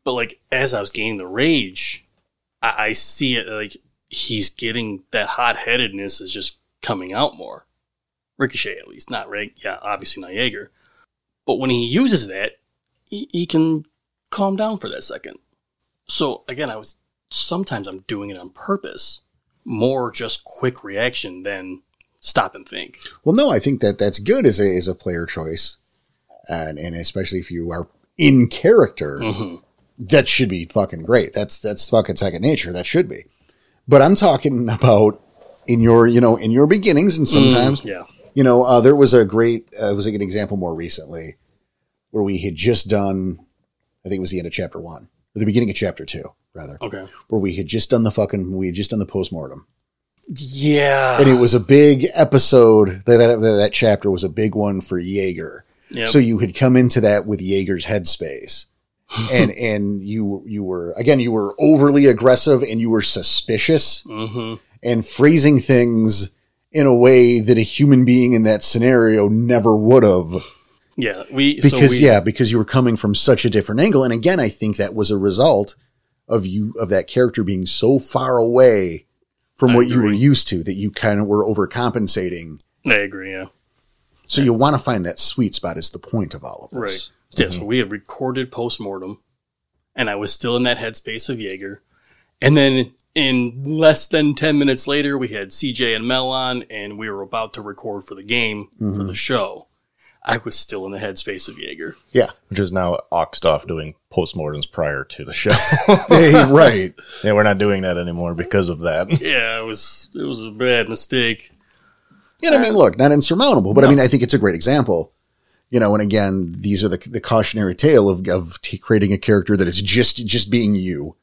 but like as I was gaining the rage, I, I see it like he's getting that hot headedness is just coming out more. Ricochet, at least, not Reg. Yeah, obviously not Jaeger. But when he uses that, he, he can calm down for that second. So again, I was sometimes I'm doing it on purpose, more just quick reaction than stop and think.
Well, no, I think that that's good as a as a player choice, and and especially if you are in character,
Mhm.
that should be fucking great. That's that's fucking second nature. That should be. But I'm talking about in your you know in your beginnings, and sometimes
Mm, Yeah,
you know, uh, there was a great, uh, it was like an example more recently where we had just done, I think it was the end of chapter one or the beginning of chapter two, rather,
okay,
where we had just done the fucking, we had just done the postmortem.
yeah,
And it was a big episode. That, that, that chapter was a big one for Jaeger.
Yep.
So you had come into that with Jaeger's headspace. and and you you were again you were overly aggressive and you were suspicious
Mhm.
and phrasing things in a way that a human being in that scenario never would have
yeah, we so
because
we-
yeah because you were coming from such a different angle and again i think that was a result of you of that character being so far away from
I
what you were
agree.
used to that you kind of were overcompensating
I agree, yeah.
so you want to find that sweet spot is the point of all of this
Right. Yeah, so we had recorded postmortem, and I was still in that headspace of Jaeger. And then in less than 10 minutes later, we had CJ and Mel on, and we were about to record for the game, for the show. I was still in the headspace of Jaeger.
yeah
Which is now oxed off doing postmortems prior to the show.
Hey, right
yeah, we're not doing that anymore because of that.
Yeah, it was it was a bad mistake.
And I mean, look, not insurmountable, but I mean, I think it's a great example. You know, and again, these are the, the cautionary tale of, of t- creating a character that is just, just being you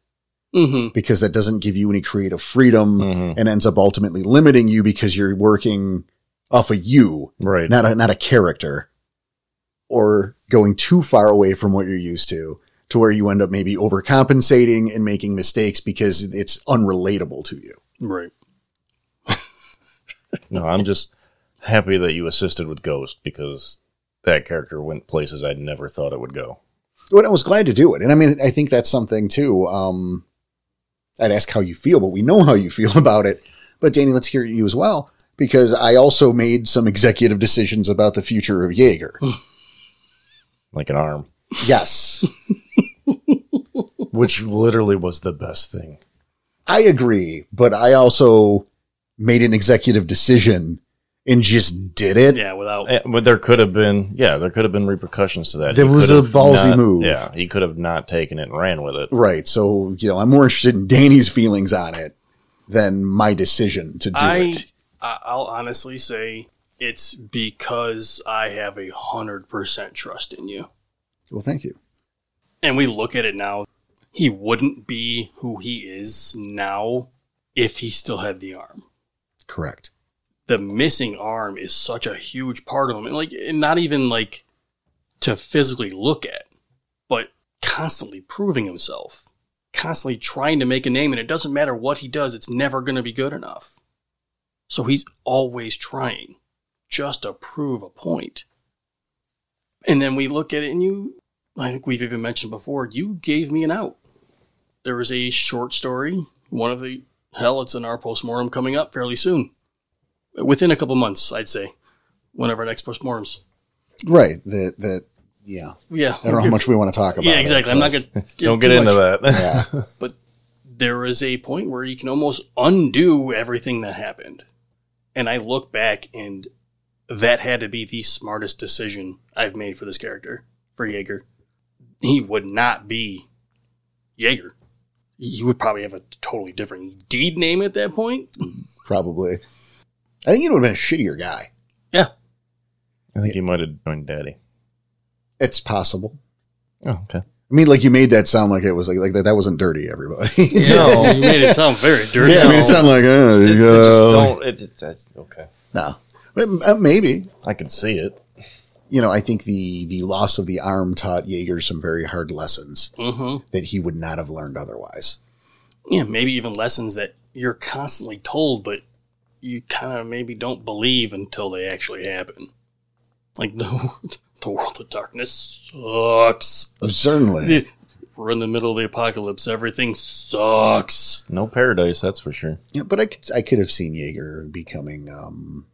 hmm
because that doesn't give you any creative freedom
Mhm.
and ends up ultimately limiting you because you're working off of you,
Right.
not a, not a character or going too far away from what you're used to to where you end up maybe overcompensating and making mistakes because it's unrelatable to you.
Right.
No, I'm just happy that you assisted with Ghost because that character went places I never thought it would go.
Well, I was glad to do it, and I mean, I think that's something too. Um, I'd ask how you feel, but we know how you feel about it. But Danny, let's hear you as well, because I also made some executive decisions about the future of Jaeger.
Like an arm,
yes,
which literally was the best thing.
I agree, but I also made an executive decision and just did it.
Yeah, without
Eh, But there could have been, yeah, there could have been repercussions to that.
That
He
was
could
a
have
ballsy
not-
move.
Yeah, he could have not taken it and ran with it.
Right. So, you know, I'm more interested in Danny's feelings on it than my decision to do
I,
it.
I I'll honestly say it's because I have a hundred percent trust in you.
Well, thank you.
And we look at it now. He wouldn't be who he is now if he still had the arm.
Correct.
The missing arm is such a huge part of him, and like, and not even like to physically look at, but constantly proving himself, constantly trying to make a name. And it doesn't matter what he does; it's never going to be good enough. So he's always trying, just to prove a point. And then we look at it, and you, I think we've even mentioned before, you gave me an out. There was a short story, one of the, hell, it's in our postmortem coming up fairly soon. Within a couple months, I'd say, one of our next postmortems.
Right. That, that, yeah.
Yeah.
I don't know how much we want to talk about
yeah, exactly. I'm not going to
Don't get into that.
Yeah.
But there is a point where you can almost undo everything that happened. And I look back, and that had to be the smartest decision I've made for this character, for Jaeger. He would not be Jaeger. He would probably have a totally different deed name at that point.
probably. I think it would have been a shittier guy.
I think he might have joined Daddy.
It's possible.
Oh, okay.
I mean, like you made that sound like it was like, like that, that wasn't dirty, everybody. yeah.
No,
you made it sound very dirty.
I mean, it sounded like, oh,
It- it
you
just
know.
don't- it- it- it- okay.
no, but, uh, maybe,
I can see it.
you know, I think the, the loss of the arm taught Jaeger some very hard lessons
hmm
that he would not have learned otherwise.
yeah, maybe even lessons that you're constantly told, but you kind of maybe don't believe until they actually happen. Like the the world of darkness sucks.
Certainly.
The- We're in the middle of the apocalypse. Everything sucks.
No paradise, that's for sure.
Yeah, but I could I could have seen Jaeger becoming um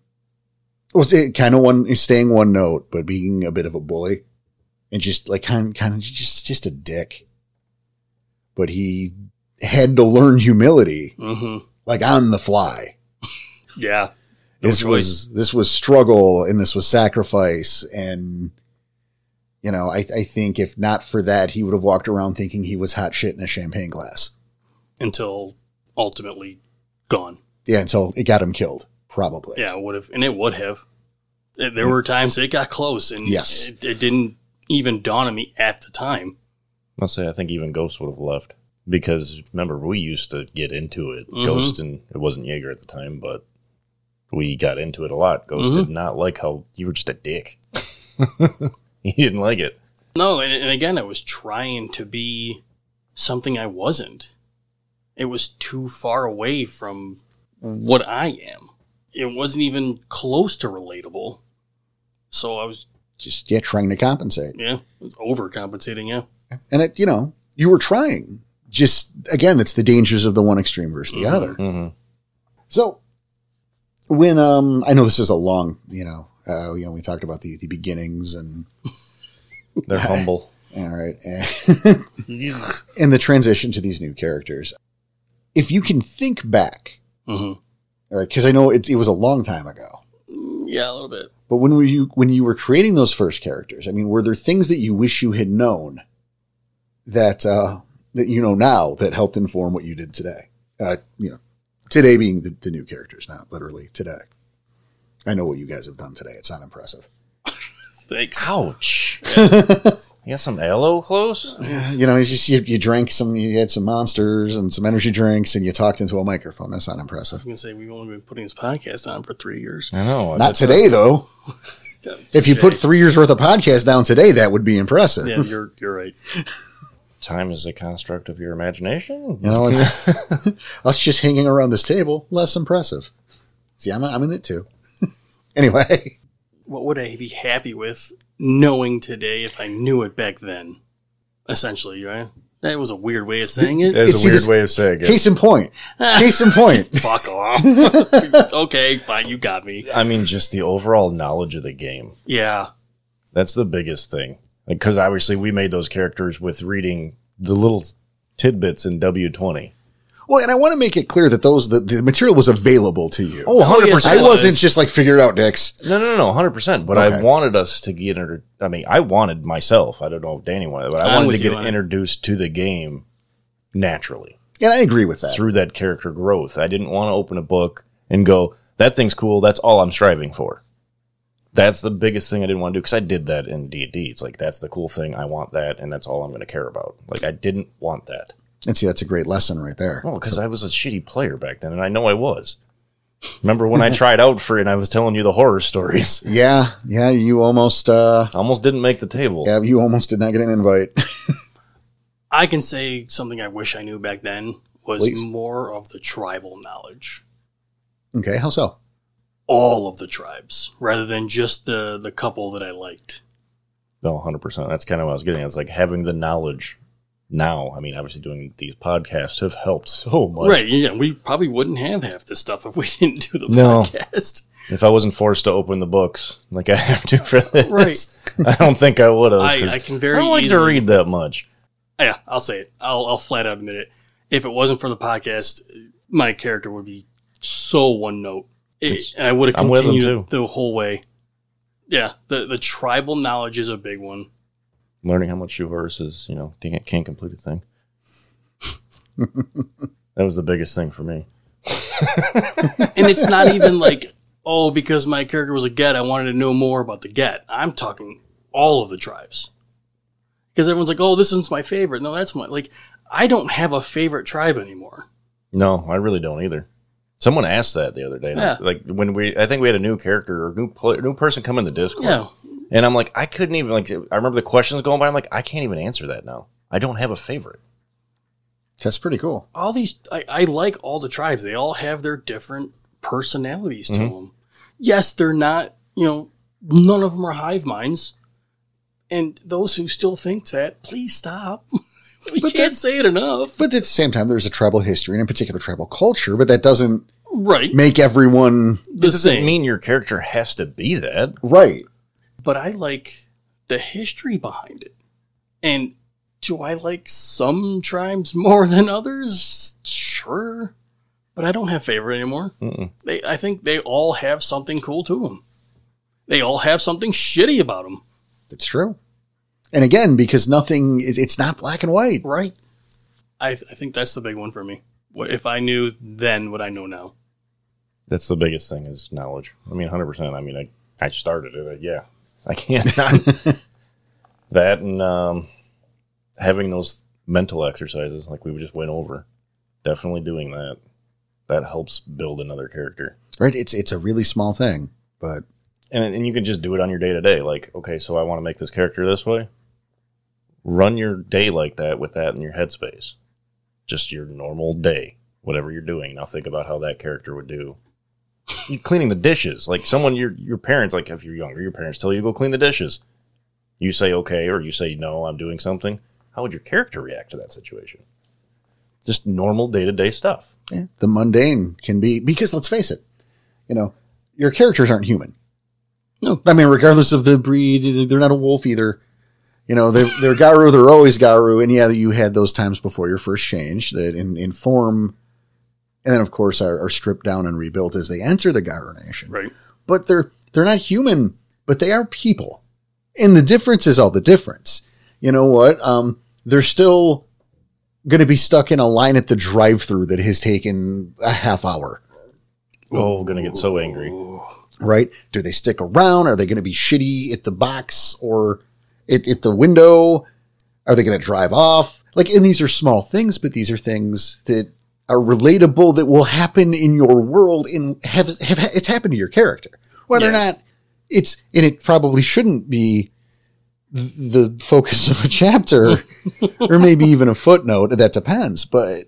was it kind of one staying one note, but being a bit of a bully and just like kind kind of just just a dick. But he had to learn humility
Mm-hmm.
like on the fly.
Yeah, No
This was this was struggle and this was sacrifice and you know, I, I think if not for that, he would have walked around thinking he was hot shit in a champagne glass.
until ultimately gone.
Yeah, until it got him killed, probably.
Yeah, it would have, and it would have. There there were times it got close, and
Yes.
it, it didn't even dawn on me at the time.
I'll say I think even Ghost would have left because remember we used to get into it.
Mhm.
Ghost and it wasn't Jaeger at the time, but we got into it a lot. Ghost did not like how you were just a dick. he didn't like it.
No, and, and again, I was trying to be something I wasn't. It was too far away from what I am. It wasn't even close to relatable. So I was,
Just yeah, trying to compensate.
yeah, overcompensating, yeah.
And it, you know, you were trying. Just again, it's the dangers of the one extreme versus the
Mhm.
other.
Mm-hmm.
So when um I know this is a long, you know, uh, you know, we talked about the the beginnings and
They're humble.
all right, and, and the transition to these new characters. If you can think back,
Mm-hmm.
all right, because I know it, it was a long time ago.
Yeah, a little bit.
But when were you when you were creating those first characters? I mean, were there things that you wish you had known that uh, that you know now that helped inform what you did today? Uh, you know, today being the, the new characters, not literally today. I know what you guys have done today. It's not impressive.
Thanks.
Ouch. you got some aloe close?
You know, it's just you, you drank some, you had some monsters and some energy drinks, and you talked into a microphone. That's not
I was
impressive.
going to say, we've only been putting this podcast on for three years.
I know.
Not today, though. If you put three years worth of podcast down today, that would be impressive.
Yeah, you're, you're right.
Time is a construct of your imagination.
You know, it's, us just hanging around this table less impressive. See, I'm I'm in it too. anyway,
what would I be happy with knowing today if I knew it back then? Essentially, right? That was a weird way of saying it.
There's
It's-
a weird
it's-
way of saying it.
case in point. Case in point.
Fuck off. okay, fine, you got me.
I mean, just the overall knowledge of the game.
Yeah.
That's the biggest thing. Because obviously, we made those characters with reading the little tidbits in W20.
Well, and I want to make it clear that those the, the material was available to you.
Oh, 100%.
yes,
I
it
wasn't
was.
just like figure it out, dicks.
No, no, no, hundred percent. But I
Okay.
wanted us to get. Inter- I mean, I wanted myself. I don't know if Danny wanted, but I
I'm
wanted
with
to
you
get
on it.
introduced to the game naturally
And I agree with that.
through that character growth. I didn't want to open a book and go, "That thing's cool." That's all I'm striving for. That's the biggest thing I didn't want to do because I did that in D and D. It's like that's the cool thing. I want that, and that's all I'm going to care about. Like I didn't want that.
And see, that's a great lesson right there.
Well, because I was a shitty player back then, and I know I was. Remember when I tried out for it and I was telling you the horror stories?
Yeah, yeah, you almost, uh,
I almost didn't make the table.
yeah, you almost did not get an invite.
I can say something I wish I knew back then was
Please.
more of the tribal knowledge.
okay, how so?
All of the tribes, rather than just the the couple that I liked.
No, 100%. That's kind of what I was getting at. It's like having the knowledge now. I mean, obviously, doing these podcasts have helped so much.
Right? Yeah, we probably wouldn't have half this stuff if we didn't do the
No.
podcast.
If I wasn't forced to open the books like I have to for this,
Right.
I don't think I would have.
I-
'cause
I can very
I don't like to
easily-
read that much.
Yeah, I'll say it. I'll, I'll flat out admit it. If it wasn't for the podcast, my character would be so one note, it,
It's-
and I would have
I'm with 'em, too.
continued the whole way. Yeah, the the tribal knowledge is a big one.
Learning how much you verse is, you know, dang it, can't complete a thing. that was the biggest thing for me.
and it's not even like oh because my character was a get i wanted to know more about the get i'm talking all of the tribes because everyone's like oh this one's my favorite no that's my like i don't have a favorite tribe anymore
No, I really don't either. Someone asked that the other day. and I-
Yeah.
Like when we, I think we had a new character or new pl- new person come in the Discord.
yeah
And I'm like, I couldn't even like. I remember the questions going by. I'm like, I can't even answer that now. I don't have a favorite.
That's pretty cool.
all these I, I like all the tribes they all have their different personalities
Mm-hmm.
to them yes they're not you know none of them are hive minds and those who still think that please stop we
But
can't say it enough
But at the same time, there's a tribal history and in particular tribal culture, but that doesn't
right
make everyone
the
I
same
mean, your character has to be that.
right.
but I like the history behind it. And do I like some tribes more than others? Sure, but I don't have favorite anymore.
Mm-mm.
They, I think they all have something cool to them. They all have something shitty about them,
That's true. And again, because nothing is, it's not black and white.
right? I, I think that's the big one for me. What if I knew then what I know now?
That's the biggest thing is knowledge. I mean, hundred percent. I mean, I I started it. I- Yeah, I can't not that and um, having those mental exercises like we just went over. Definitely doing that. That helps build another character.
Right? It's, it's a really small thing, but
and and you can just do it on your day to day. Like, okay, so I want to make this character this way. Run your day like that with that in your headspace, just your normal day, whatever you're doing. Now think about how that character would do. You cleaning the dishes, like someone your your parents, like if you're younger, your parents tell you to go clean the dishes. You say okay, or you say no, I'm doing something. How would your character react to that situation? Just normal day to day stuff.
yeah, the mundane can be, because let's face it, you know, your characters aren't human.
No.
I mean, regardless of the breed, they're not a wolf either. You know, they're, they're Garu, they're always Garu. And yeah, you had those times before your first change that in, in form, and then of course are, are stripped down and rebuilt as they enter the Garu nation.
Right.
but they're they're not human, but they are people. And the difference is all the difference. You know what? Um, they're still going to be stuck in a line at the drive-through that has taken a half hour,
Oh, gonna get so angry.
right? Do they stick around? Are they going to be shitty at the box or at, at the window? Are they going to drive off? Like, and these are small things, but these are things that are relatable that will happen in your world and have, have it's happened to your character, whether or
Yeah.
not it's, and it probably shouldn't be th- the focus of a chapter or maybe even a footnote. That depends, but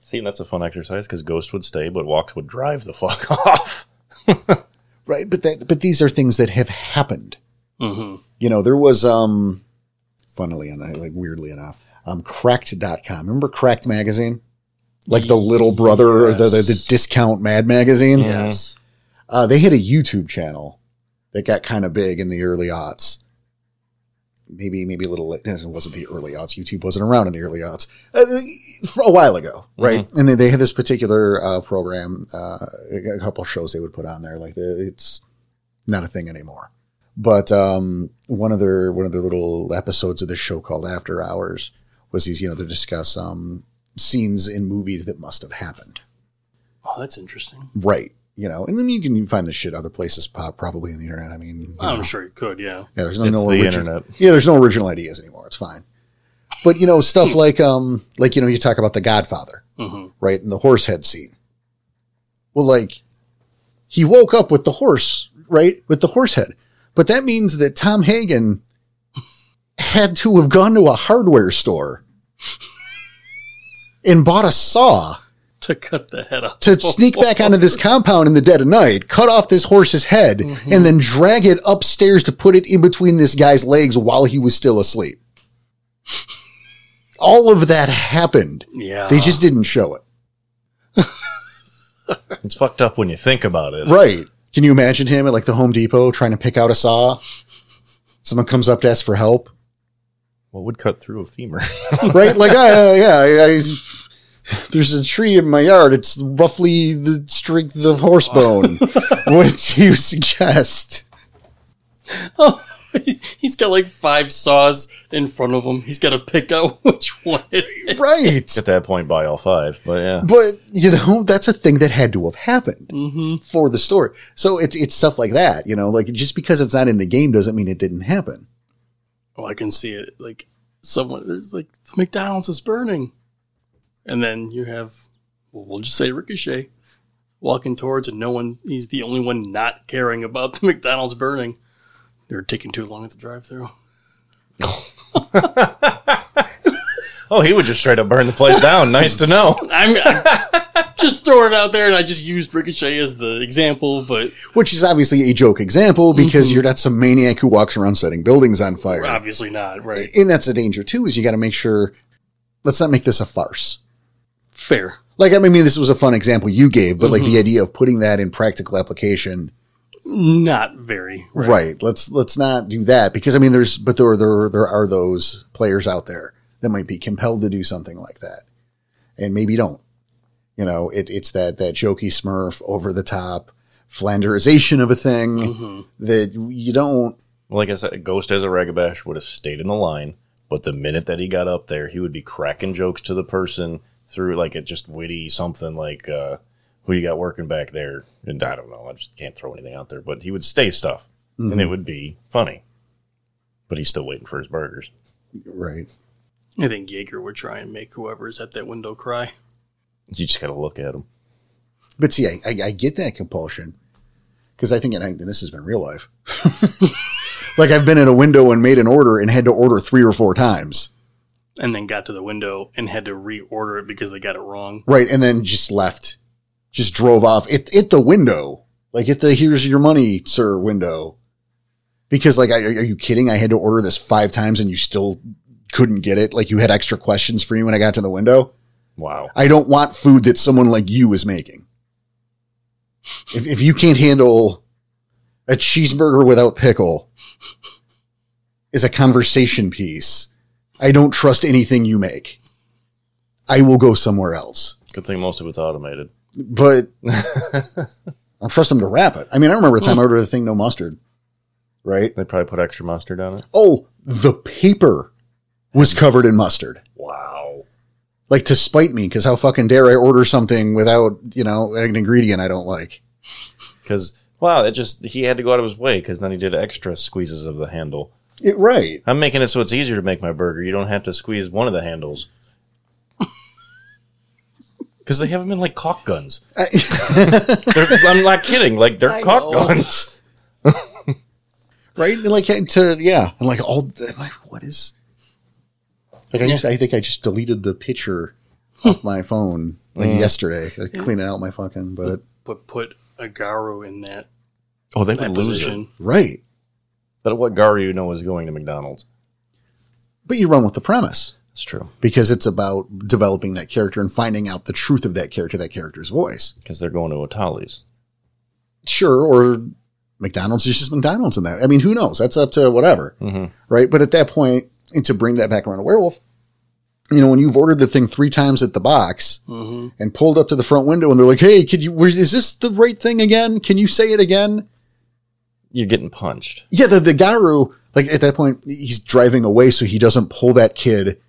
See, and that's a fun exercise because Ghost would stay, but Walks would drive the fuck off.
right. But that, but these are things that have happened.
Mm-hmm.
you know, there was, um, funnily enough, like weirdly enough, um, cracked.com. Remember cracked magazine? Like the little brother or the, the, the
Yes.
discount mad magazine.
Yeah.
Yes.
Uh, they had a YouTube channel that got kind of big in the early aughts. maybe maybe a little late. It wasn't the early aughts. YouTube wasn't around in the early aughts uh, for a while ago, right? And then they had this particular uh, program, uh, a couple shows they would put on there. Like the, it's not a thing anymore. But um, one of their one of their little episodes of this show called After Hours was these you know they discuss um, scenes in movies that must have happened.
Oh, that's interesting.
Right. You know, and then you can find this shit other places, po- probably in the internet. I mean, you know.
I'm sure you could, yeah.
Yeah, there's no,
It's
no
the
origi-
internet.
Yeah, there's no original ideas anymore. It's fine. But you know, stuff like um, like you know, you talk about the Godfather,
hmm
right, and the horse head scene. Well, like he woke up with the horse, right, with the horse head, but that means that Tom Hagen had to have gone to a hardware store and bought a saw
To cut the head off.
to sneak back onto this compound in the dead of night, cut off this horse's head, and then drag it upstairs to put it in between this guy's legs while he was still asleep. All of that happened.
Yeah.
They just didn't show it.
It's fucked up when you think about it.
Right. Can you imagine him at like the Home Depot trying to pick out a saw? Someone comes up to ask for help.
What would cut through a femur?
Right? Like, I, uh, yeah, I, I, there's a tree in my yard. It's roughly the strength of horse bone. what do you suggest?
He's got like five saws in front of him. He's got to pick out which one it is.
Right.
At that point, buy all five. But yeah,
But you know, that's a thing that had to have happened
Mm-hmm.
for the story. So it's it's stuff like that, you know, like just because it's not in the game doesn't mean it didn't happen.
Oh, I can see it. Like someone, there's like the McDonald's is burning, and then you have, well, we'll just say Ricochet walking towards, and no one. He's the only one not caring about the McDonald's burning. They're taking too long at the drive-through.
oh, he would just straight up burn the place down. Nice to know.
I'm, I'm just throwing it out there, and I just used Ricochet as the example, but
Which is obviously a joke example because you're not some maniac who walks around setting buildings on fire.
obviously not right.
And that's a danger too, is you gotta make sure let's not make this a farce.
Fair.
Like I mean this was a fun example you gave, but like the idea of putting that in practical application
Not very.
Right. Let's let's not do that because I mean there's but there there there are those players out there that might be compelled to do something like that, and maybe don't. You know, it, it's that that jokey Smurf over the top flanderization of a thing that you don't.
Like I said, Ghost as a Ragabash would have stayed in the line, but the minute that he got up there, he would be cracking jokes to the person through like a just witty something like uh, "Who you got working back there?" And I don't know, I just can't throw anything out there. But he would stay stuff, and it would be funny. But he's still waiting for his burgers.
Right.
I think Jaeger would try and make whoever's at that window cry.
You just gotta look at him.
But see, I, I, I get that compulsion because I think, and, I, and this has been real life. like I've been at a window and made an order and had to order three or four times.
and then got to the window and had to reorder it because they got it wrong.
Right. And then just left, just drove off at, at the window, like at the here's your money, sir window. Because like, I, are you kidding? I had to order this five times and you still couldn't get it. Like you had extra questions for me when I got to the window.
Wow.
I don't want food that someone like you is making. If, if you can't handle a cheeseburger without pickle is a conversation piece. I don't trust anything you make. I will go somewhere else
Good thing most of it's automated.
but I'll trust them to wrap it. I mean, I remember a time I ordered a thing no mustard, right?
They probably put extra mustard on it.
Oh, the paper was covered in mustard,
Wow.
like to spite me, because how fucking dare I order something without you know an ingredient I don't like?
Because wow, it just he had to go out of his way because then he did extra squeezes of the handle.
It, right?
I'm making it so it's easier to make my burger. You don't have to squeeze one of the handles. Because they have them in like caulk guns. They're, I'm not kidding. Like they're caulk guns.
Right? And like to yeah, and like all the- like what is? Like I just I think I just deleted the picture off my phone like yesterday, like cleaning out my fucking but
But put a Garu in that,
Oh, they
that
would lose it.
position.
right.
But what Garu you know is going to McDonald's?
But you run with the premise.
It's true
because it's about developing that character and finding out the truth of that character, that character's voice.
because they're going to Otali's.
Sure, or McDonald's is just McDonald's in that. I mean, who knows? That's up to whatever,
Mhm.
right? But at that point, and to bring that back around to werewolf, you know, when you've ordered the thing three times at the box
hmm
and pulled up to the front window, and they're like, "Hey, could you? where- Is this the right thing again? Can you say it again?"
You're getting punched.
Yeah, the the Garu, like at that point, he's driving away, so he doesn't pull that kid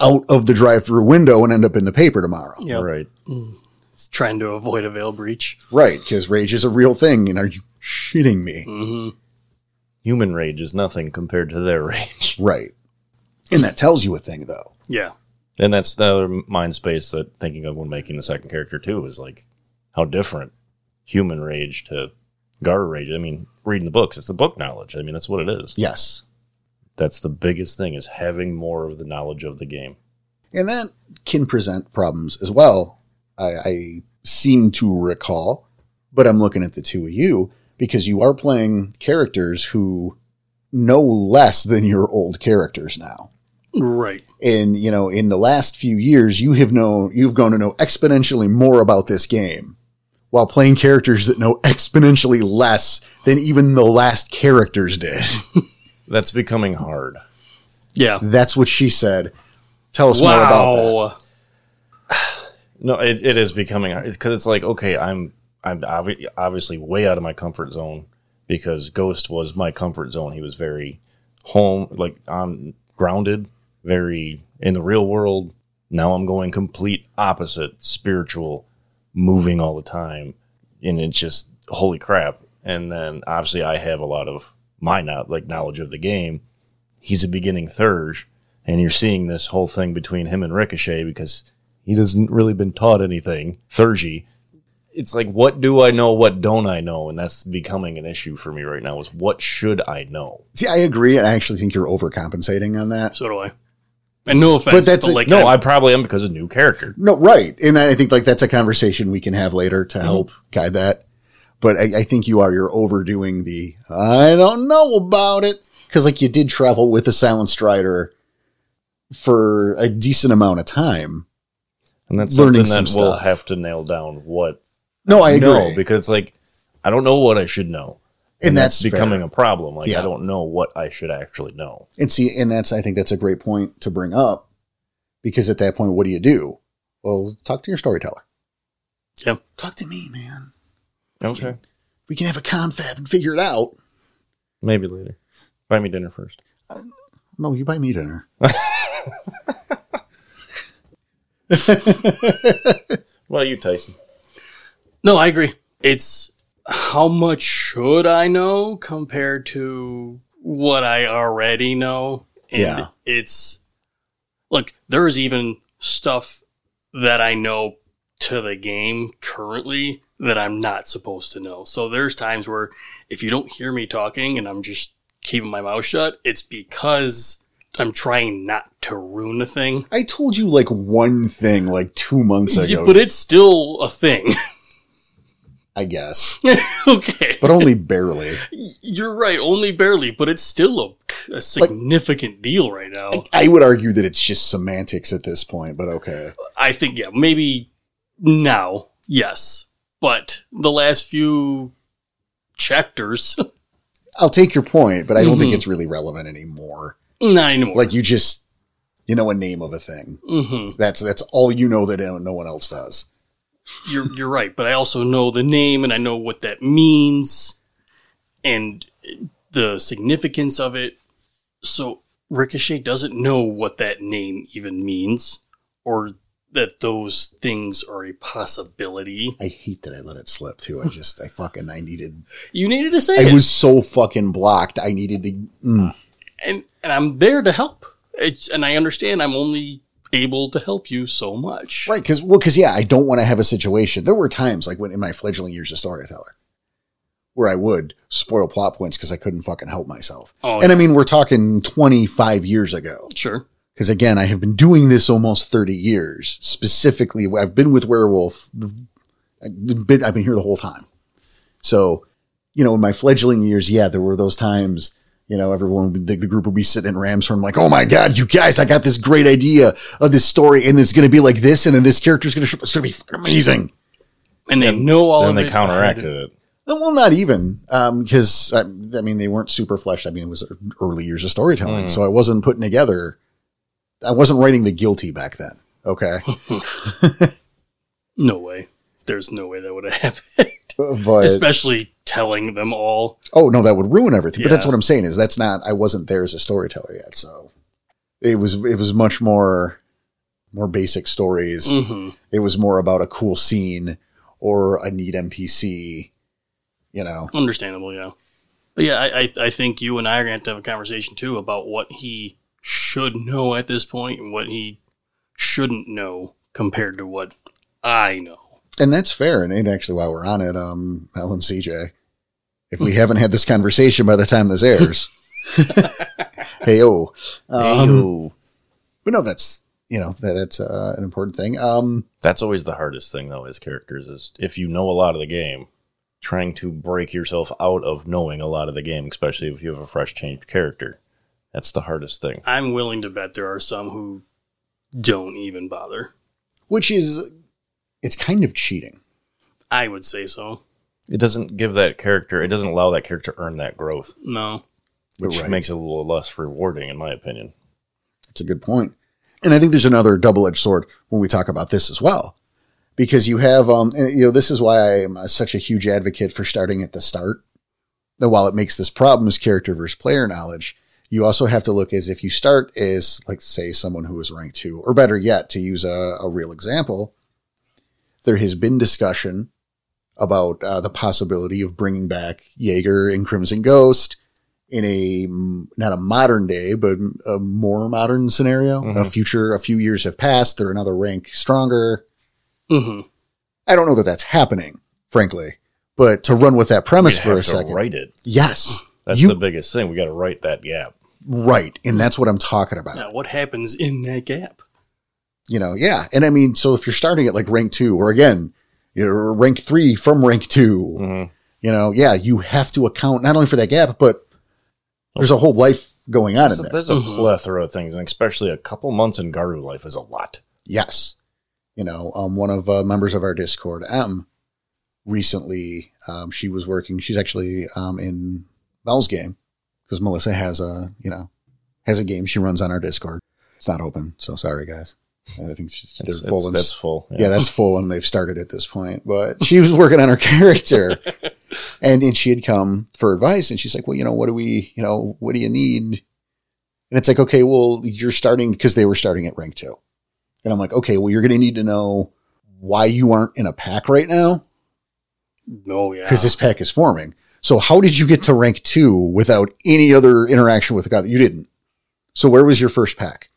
out of the drive-through window and end up in the paper tomorrow.
Yeah.
Right.
It's trying to avoid a veil breach.
Right, because rage is a real thing, and are you shitting me?
hmm
Human rage is nothing compared to their rage.
Right. And that tells you a thing, though.
Yeah.
And that's the other mind space that thinking of when making the second character too is like how different human rage to gar rage. I mean, reading the books, it's the book knowledge. I mean, that's what it is.
Yes.
That's the biggest thing is having more of the knowledge of the game.
And that can present problems as well. I, I seem to recall, but I'm looking at the two of you because you are playing characters who know less than your old characters now.
Right.
And, you know, in the last few years, you have known, you've gone to know exponentially more about this game while playing characters that know exponentially less than even the last characters did.
That's becoming hard.
Yeah.
That's what she said. Tell us more about that.
No, it, it is becoming hard because it's like okay, I'm I'm obvi- obviously way out of my comfort zone because Ghost was my comfort zone. He was very home, like I'm grounded, very in the real world. Now I'm going complete opposite, spiritual, moving all the time, and it's just holy crap. And then obviously I have a lot of my not like knowledge of the game. He's a beginning thurge, and you're seeing this whole thing between him and Ricochet because he hasn't really been taught anything. Thurgy. It's like, what do I know? What don't I know? And that's becoming an issue for me right now is what should I know?
See, I agree, and I actually think you're overcompensating on that.
So do I. And no offense, but,
that's a-
like
No, I probably am because of new character.
No, right, and I think like that's a conversation we can have later to help guide that. But I, I think you are you're overdoing the I don't know about it because like you did travel with the Silent Strider for a decent amount of time.
And that's
Learning
something that
some
we'll
stuff.
have to nail down what
No, I agree,
know because like I don't know what I should know.
and, that's,
becoming
fair.
a problem. Like
Yeah.
I don't know what I should actually know.
and see, and that's I think that's a great point to bring up because at that point, what do you do? Well, talk to your storyteller.
Yeah.
Talk to me, man.
Okay.
We can have a confab and figure it out.
Maybe later. Buy me dinner first.
No, you buy me dinner.
Well, you Tyson.
No, I agree. It's how much should I know compared to what I already know? And
Yeah.
it's look, there's even stuff that I know to the game currently that I'm not supposed to know. So there's times where if you don't hear me talking and I'm just keeping my mouth shut, it's because I'm trying not to ruin the thing.
I told you like one thing like two months ago,
But it's still a thing.
I guess,
okay.
but only barely.
You're right, only barely, but it's still a, a significant deal right now.
I, I would argue that it's just semantics at this point, but okay.
I think, yeah, maybe now, yes, but the last few chapters,
I'll take your point, but I don't think
Mhm.
it's really relevant anymore.
not anymore.
Like you just, you know, a name of a thing.
hmm
That's that's all you know that no one else does.
You're you're right, but I also know the name and I know what that means, and the significance of it. So Ricochet doesn't know what that name even means, or that those things are a possibility.
I hate that I let it slip too. I just, I fucking, I needed.
You needed to say
I
it.
was so fucking blocked. I needed to. mm.
and and I'm there to help. It's and I understand I'm only able to help you so much.
Right, because well, because yeah, I don't want to have a situation. There were times like when in my fledgling years as a storyteller, where I would spoil plot points because I couldn't fucking help myself.
Oh,
and I mean, we're talking twenty five years ago.
Sure.
Because again, I have been doing this almost thirty years. Specifically, I've been with Werewolf. I've been, I've been here the whole time. So, you know, in my fledgling years, yeah, there were those times. You know, everyone, the, the group would be sitting in Ramshorn, like, oh my God, you guys, I got this great idea of this story, and it's going to be like this, and then this character's going to, it's going to be fucking amazing.
And they know all
Then
of
they
it.
counteracted it.
Well, not even because I, I mean they weren't super fleshed. I mean it was early years of storytelling,
Mm.
so I wasn't putting together. I wasn't writing the guilty back then. Okay,
No way. There's no way that would have happened.
but
Especially telling them all.
oh no, that would ruin everything. But that's
Yeah.
what I'm saying is that's not. I wasn't there as a storyteller yet, so it was it was much more more basic stories.
hmm
It was more about a cool scene or a neat NPC. You know,
Understandable, yeah. But yeah, I, I, I think you and I are going to have to have a conversation too about what he should know at this point and what he shouldn't know compared to what I know.
And that's fair. And, and actually, while we're on it, um, Mel and CJ, if we haven't had this conversation by the time this airs, hey, oh. Um,
Ayo.
but no, that's, you know, that, that's uh, an important thing. Um,
That's always the hardest thing, though, as characters, is if you know a lot of the game, trying to break yourself out of knowing a lot of the game, especially if you have a fresh changed character. That's the hardest thing.
I'm willing to bet there are some who don't even bother.
which is, it's kind of cheating.
I would say so.
It doesn't give that character, it doesn't allow that character to earn that growth,
No.
which
Right.
makes it a little less rewarding, in my opinion.
That's a good point. And I think there's another double edged sword when we talk about this as well. Because you have, um, and, you know, this is why I am uh, such a huge advocate for starting at the start. That while it makes this problem is character versus player knowledge, you also have to look as if you start as, like, say, someone who is ranked two, or better yet, to use a, a real example, there has been discussion about uh, the possibility of bringing back Jaeger and Crimson Ghost in a mm, not a modern day, but a more modern scenario. A
Mhm.
future, a few years have passed. They're another rank stronger.
hmm
I don't know that that's happening, frankly. But to run with that premise
We'd
for a
have to
second,
Write it.
yes,
That's
You-
the biggest thing. We got to write that gap.
right, and that's what I'm talking about.
Now, what happens in that gap?
You know, yeah, and I mean, so if you're starting at like rank two, or again, you're rank three from rank 2
Mhm.
you know, yeah, you have to account not only for that gap, but there's a whole life going on
There's
in
a-
there.
there's a
Mhm.
plethora of things, and especially a couple months in Garu life is a lot.
Yes. You know, um, one of uh, members of our Discord, M, recently, um, she was working. She's actually um, in Mel's game because Melissa has a, you know, has a game she runs on our Discord. It's not open, so sorry, guys. I think she's, they're
It's-
full.
it's-
and
that's full.
yeah, that's full, and they've started at this point. But she was working on her character, and and she had come for advice, and she's like, "Well, you know, what do we, you know, what do you need?" And it's like, "Okay, well, you're starting because they were starting at rank two, and I'm like, "Okay, well, you're going to need to know why you aren't in a pack right now
Oh, yeah.
because this pack is forming. So how did you get to rank two without any other interaction with the god? You didn't. So where was your first pack?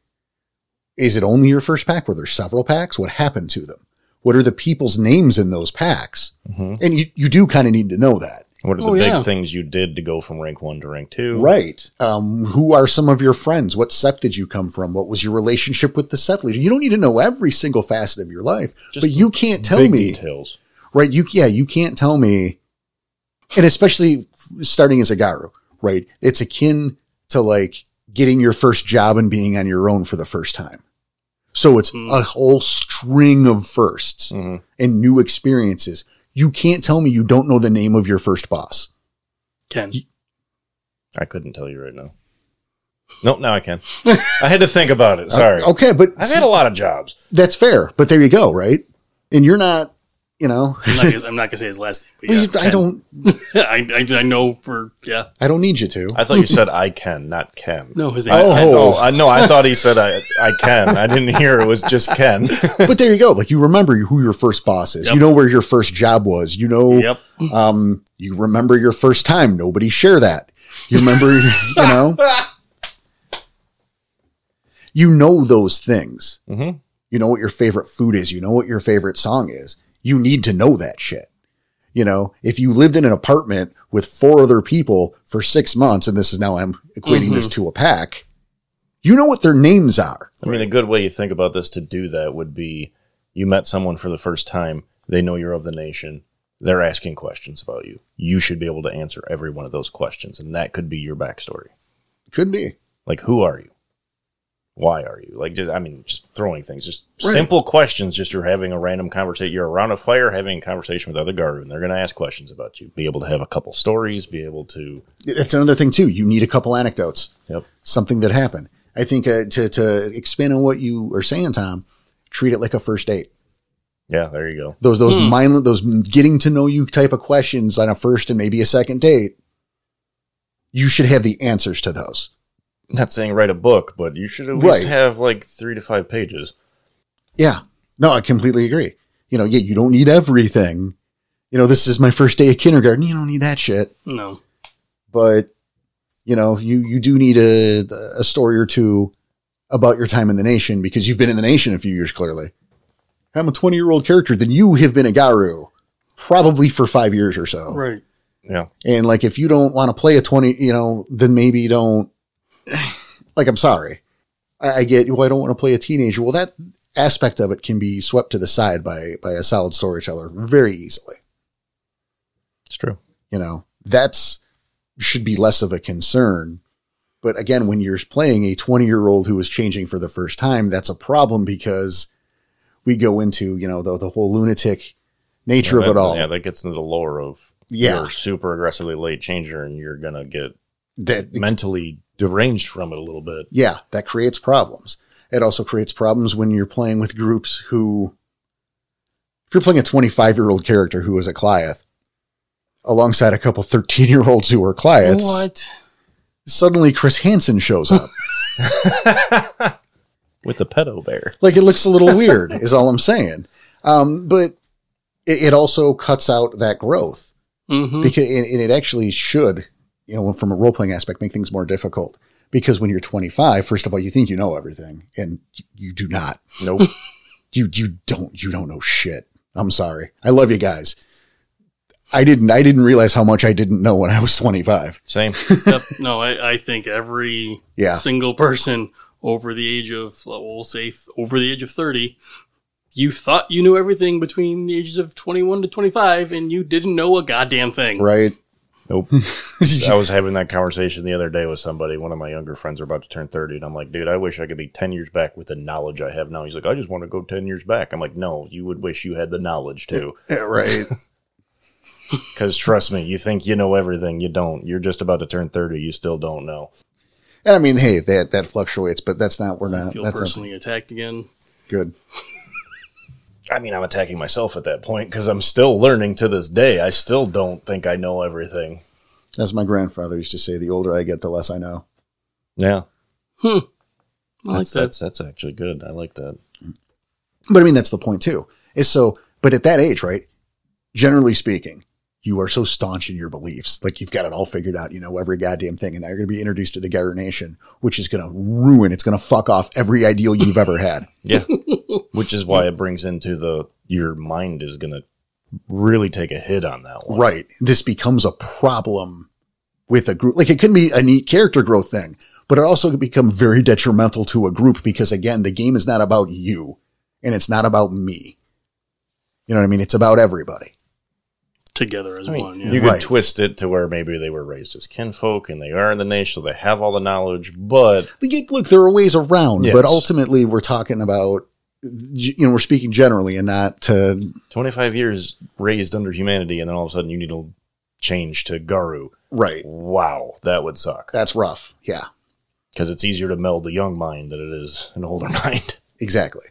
Is it only your first pack? Were there several packs? What happened to them? What are the people's names in those packs?
Mhm.
And you, you do kind of need to know that.
What are the
Oh,
big
yeah.
things you did to go from rank one to rank two?
Right. Um, who are some of your friends? What sect did you come from? What was your relationship with the sect leader? You don't need to know every single facet of your life,
Just
but you can't tell
big
me.
details.
right? You yeah, you can't tell me, and especially f- starting as a garu, right? It's akin to like getting your first job and being on your own for the first time. So it's
Hmm.
a whole string of firsts
Mhm.
and new experiences. You can't tell me you don't know the name of your first boss.
Ken.
I couldn't tell you right now. Nope, now I can. I had to think about it. Sorry.
Uh, Okay, but
I've had a lot of jobs.
that's fair. But there you go, right? And you're not, you know,
I'm not gonna- I'm not going to say his last name. But yeah,
I don't,
I, I, I know for, yeah.
I don't need you to.
I thought you said I can, not Ken.
No, his name
I,
is
Oh.
I, oh, I, no, I thought he said I, I can. I didn't hear it was just Ken.
but there you go. Like you remember who your first boss is.
Yep.
You know where your first job was. You know,
Yep.
um, you remember your first time. Nobody share that. You remember, you know, you know those things.
Mhm.
You know what your favorite food is. You know what your favorite song is. You need to know that shit. You know, if you lived in an apartment with four other people for six months, and this is now I'm equating this to a pack, you know what their names are.
I mean, a good way you think about this to do that would be you met someone for the first time. They know you're of the nation. They're asking questions about you. You should be able to answer every one of those questions, and that could be your backstory.
Could be.
Like, who are you? Why are you like? Just I mean, just throwing things, just
Right.
simple questions. Just you're having a random conversation. You're around a fire having a conversation with other guard, and they're going to ask questions about you. Be able to have a couple stories. Be able to.
That's another thing too. You need a couple anecdotes,
Yep.
something that happened. I think uh, to to expand on what you are saying, Tom, treat it like a first date.
Yeah. There you go.
Those those mindless, those getting to know you type of questions on a first and maybe a second date. You should have the answers to those.
Not saying write a book, but you should at least
Right.
have like three to five pages.
Yeah. No, I completely agree. You know, yeah, you don't need everything. You know, this is my first day of kindergarten. You don't need that shit.
No.
But, you know, you, you do need a, a story or two about your time in the nation because you've been in the nation a few years, clearly. I'm a 20 year old character. Then you have been a Garu probably for five years or so.
Right.
Yeah.
And like, if you don't want to play a 20, you know, then maybe you don't. like, I'm sorry. I, I get, well, I don't want to play a teenager. Well, that aspect of it can be swept to the side by, by a solid storyteller very easily.
It's true.
You know, that's should be less of a concern. But again, when you're playing a 20 year old who is changing for the first time, that's a problem because we go into, you know, the, the whole lunatic nature
Yeah,
of
that-
it all.
Yeah, that gets into the lore of
Yeah.
you're a super aggressively late changer and you're gonna get
that
mentally deranged from it a little bit.
yeah, that creates problems. It also creates problems when you're playing with groups who, if you're playing a 25 year old character who is a Cliath alongside a couple 13 year olds who are Cliaths,
what?
suddenly Chris Hansen shows up.
With the pedo bear.
like it looks a little weird, is all I'm saying. Um, but it, it also cuts out that growth.
Mm-hmm.
because and, and it actually should you know from a role-playing aspect make things more difficult because when you're 25 first of all you think you know everything and you, you do not
Nope.
you you don't you don't know shit i'm sorry i love you guys i didn't i didn't realize how much i didn't know when i was 25
Same.
Yep. No, I, I think every
yeah
single person over the age of, well, we'll say th- over the age of 30, you thought you knew everything between the ages of 21 to 25, and you didn't know a goddamn thing.
right
Nope. I was having that conversation the other day with somebody. One of my younger friends are about to turn 30, and I'm like, dude, I wish I could be 10 years back with the knowledge I have now. He's like, I just want to go 10 years back. I'm like, no, you would wish you had the knowledge too.
Yeah, right
Because trust me, you think you know everything. You don't. You're just about to turn 30. You still don't know.
and i mean hey that that fluctuates but that's not we're
I
not
feel
that's not
personally attacked again.
good
I mean, I'm attacking myself at that point because I'm still learning to this day. I still don't think I know everything.
as my grandfather used to say the older i get the less i know
Yeah,
I like
that's,
that.
that's that's actually good. I like that.
But I mean, that's the point too. Is so, but at that age, right? Generally speaking, you are so staunch in your beliefs, like you've got it all figured out. You know every goddamn thing, and now you're going to be introduced to the Garu Nation, which is going to ruin. It's going to fuck off every ideal you've ever had.
Yeah, which is why it brings into the your mind is gonna really take a hit on that one.
Right. This becomes a problem with a group. Like it can be a neat character growth thing, but it also can become very detrimental to a group because again, the game is not about you and it's not about me. You know what I mean? It's about everybody.
Together as
I mean,
one. Yeah.
you could
Right.
twist it to where maybe they were raised as kinfolk and they are in the nation, so they have all the knowledge. But
Like, look, there are ways around,
Yes.
but ultimately we're talking about, you know, we're speaking generally and not to,
25 years raised under humanity, and then all of a sudden you need to change to Garu.
right.
Wow, that would suck.
That's rough. Yeah,
because it's easier to meld a young mind than it is an older mind.
exactly.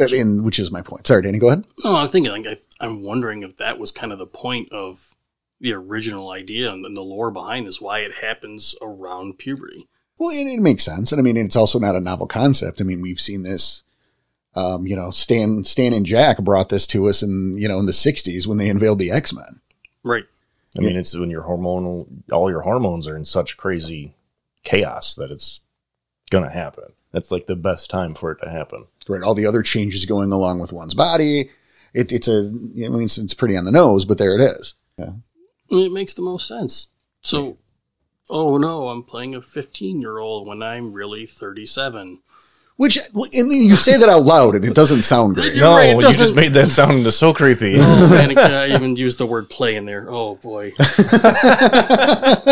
I mean, which is my point. Sorry, Danny, go ahead.
No, I'm thinking. Like, I, I'm wondering if that was kind of the point of the original idea and, and the lore behind this, why it happens around puberty.
Well, it, it makes sense. And I mean, it's also not a novel concept. I mean, we've seen this, um, you know, Stan, Stan and Jack brought this to us in, you know, in the sixties when they unveiled the X-Men.
Right.
I mean, it's when your hormonal, all your hormones are in such crazy chaos that it's gonna happen. That's like the best time for it to happen.
right? All the other changes going along with one's body. It, it's a, I mean, it's, it's pretty on the nose, but there it is. Yeah.
It makes the most sense. So, oh no, I'm playing a 15 year old when I'm really 37.
Which, and you say that out loud and it doesn't sound great.
You're right, it
you
doesn't-
just made that sound into so creepy.
Oh man, can I even use the word play in there? Oh boy.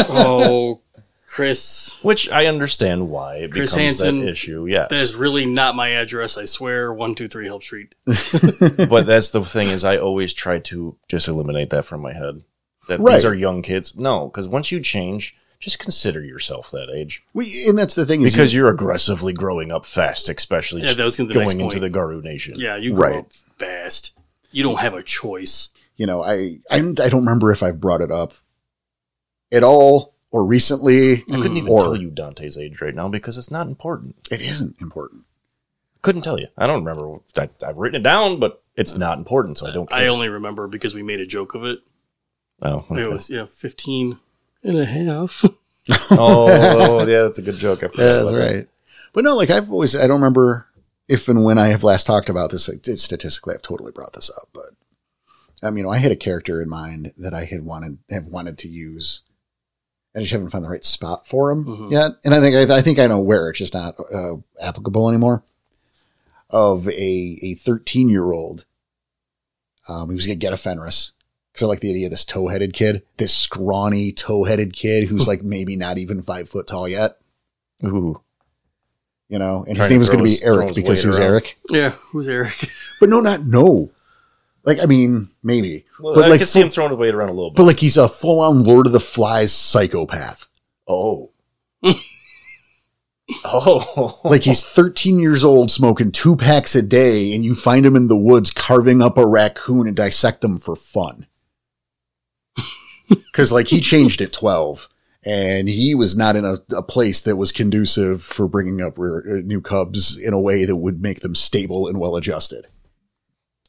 oh Chris,
Which I understand why it
Chris
becomes
Hansen,
that issue. Yes.
that is really not my address. I swear, one two three Help Street.
but that's the thing is I always try to just eliminate that from my head. That
Right.
these are young kids. No, because once you change, just consider yourself that age.
We, and that's the thing is
Because you're aggressively growing up fast, especially
Yeah, that was gonna be the
going
next
into
point.
the Garu Nation.
Yeah, you grow
Right.
up fast. You don't have a choice.
you know, I, I I don't remember if I've brought it up at all or recently.
I couldn't even
Or-
tell you Dante's age right now because it's not important.
It isn't important.
Couldn't tell you. I don't remember. I, I've written it down, but it's not important, so I don't
I
care.
only remember because we made a joke of it.
oh, okay.
It was yeah, 15 and a half.
oh, yeah, that's a good joke. I forgot about that.
But no, like I've always I don't remember if and when I have last talked about this. Like, statistically, I've totally brought this up, but um, you know, I had a character in mind that I had wanted have wanted to use. I just haven't found the right spot for him
Mhm.
yet, and I think I, I think I know where it's just not uh, applicable anymore. Of a a thirteen year old, um, he was gonna get a Fenris because I like the idea of this toe headed kid, this scrawny toe headed kid who's like maybe not even five foot tall yet
Ooh.
you know, and his
Trying to
name was
throw
going to be
his- throw
Eric
his
because
weight
he was
around.
Eric.
yeah, who's Eric?
But no, not no. Like, I mean, maybe,
Well,
but
I
like,
can see
full,
him throwing his weight around a little bit.
but like he's a full on Lord of the Flies psychopath.
oh. oh.
Like he's 13 years old, smoking two packs a day, and you find him in the woods carving up a raccoon and dissect him for fun. Because like he changed at 12, and he was not in a, a place that was conducive for bringing up rear, uh, new cubs in a way that would make them stable and well adjusted.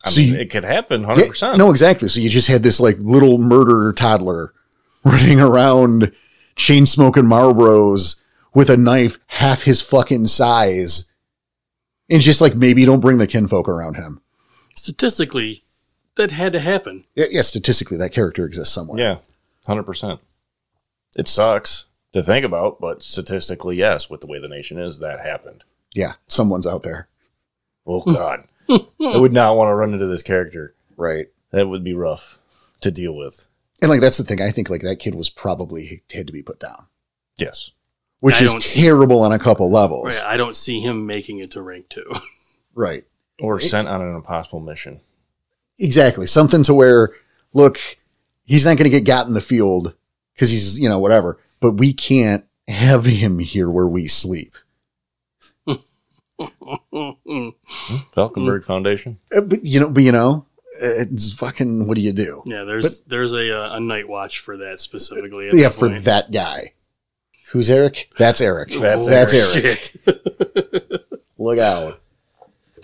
I
So
mean,
you-
it could happen
Yeah,
100%.
no, exactly. So you just had this like little murderer toddler running around chain smoking Marlboros with a knife half his fucking size. And just like maybe don't bring the kinfolk around him.
Statistically, that had to happen.
Yeah, yeah, statistically that character exists somewhere.
Yeah, 100%. It sucks to think about, but statistically, yes, with the way the nation is, that happened.
Yeah, someone's out there.
Oh, God. I would not want to run into this character.
Right.
That would be rough to deal with.
And like that's the thing. I think like that kid was probably had to be put down.
Yes.
Which
I
is
don't see-
terrible on a couple levels.
Right, I don't see him making it to rank two.
right.
Or sent on an impossible mission.
Exactly. Something to where, look, he's not going to get got in the field because he's, you know, whatever, but we can't have him here where we sleep.
yeah,
Falkenberg Foundation?
Uh, but, you know, but, you know, uh, it's fucking, what do you do?
there's there's a uh, a night watch for that specifically. at
yeah,
that
for
point.
that guy. Who's Eric? That's Eric.
That's
Oh,
That's Eric.
Shit.
Look out.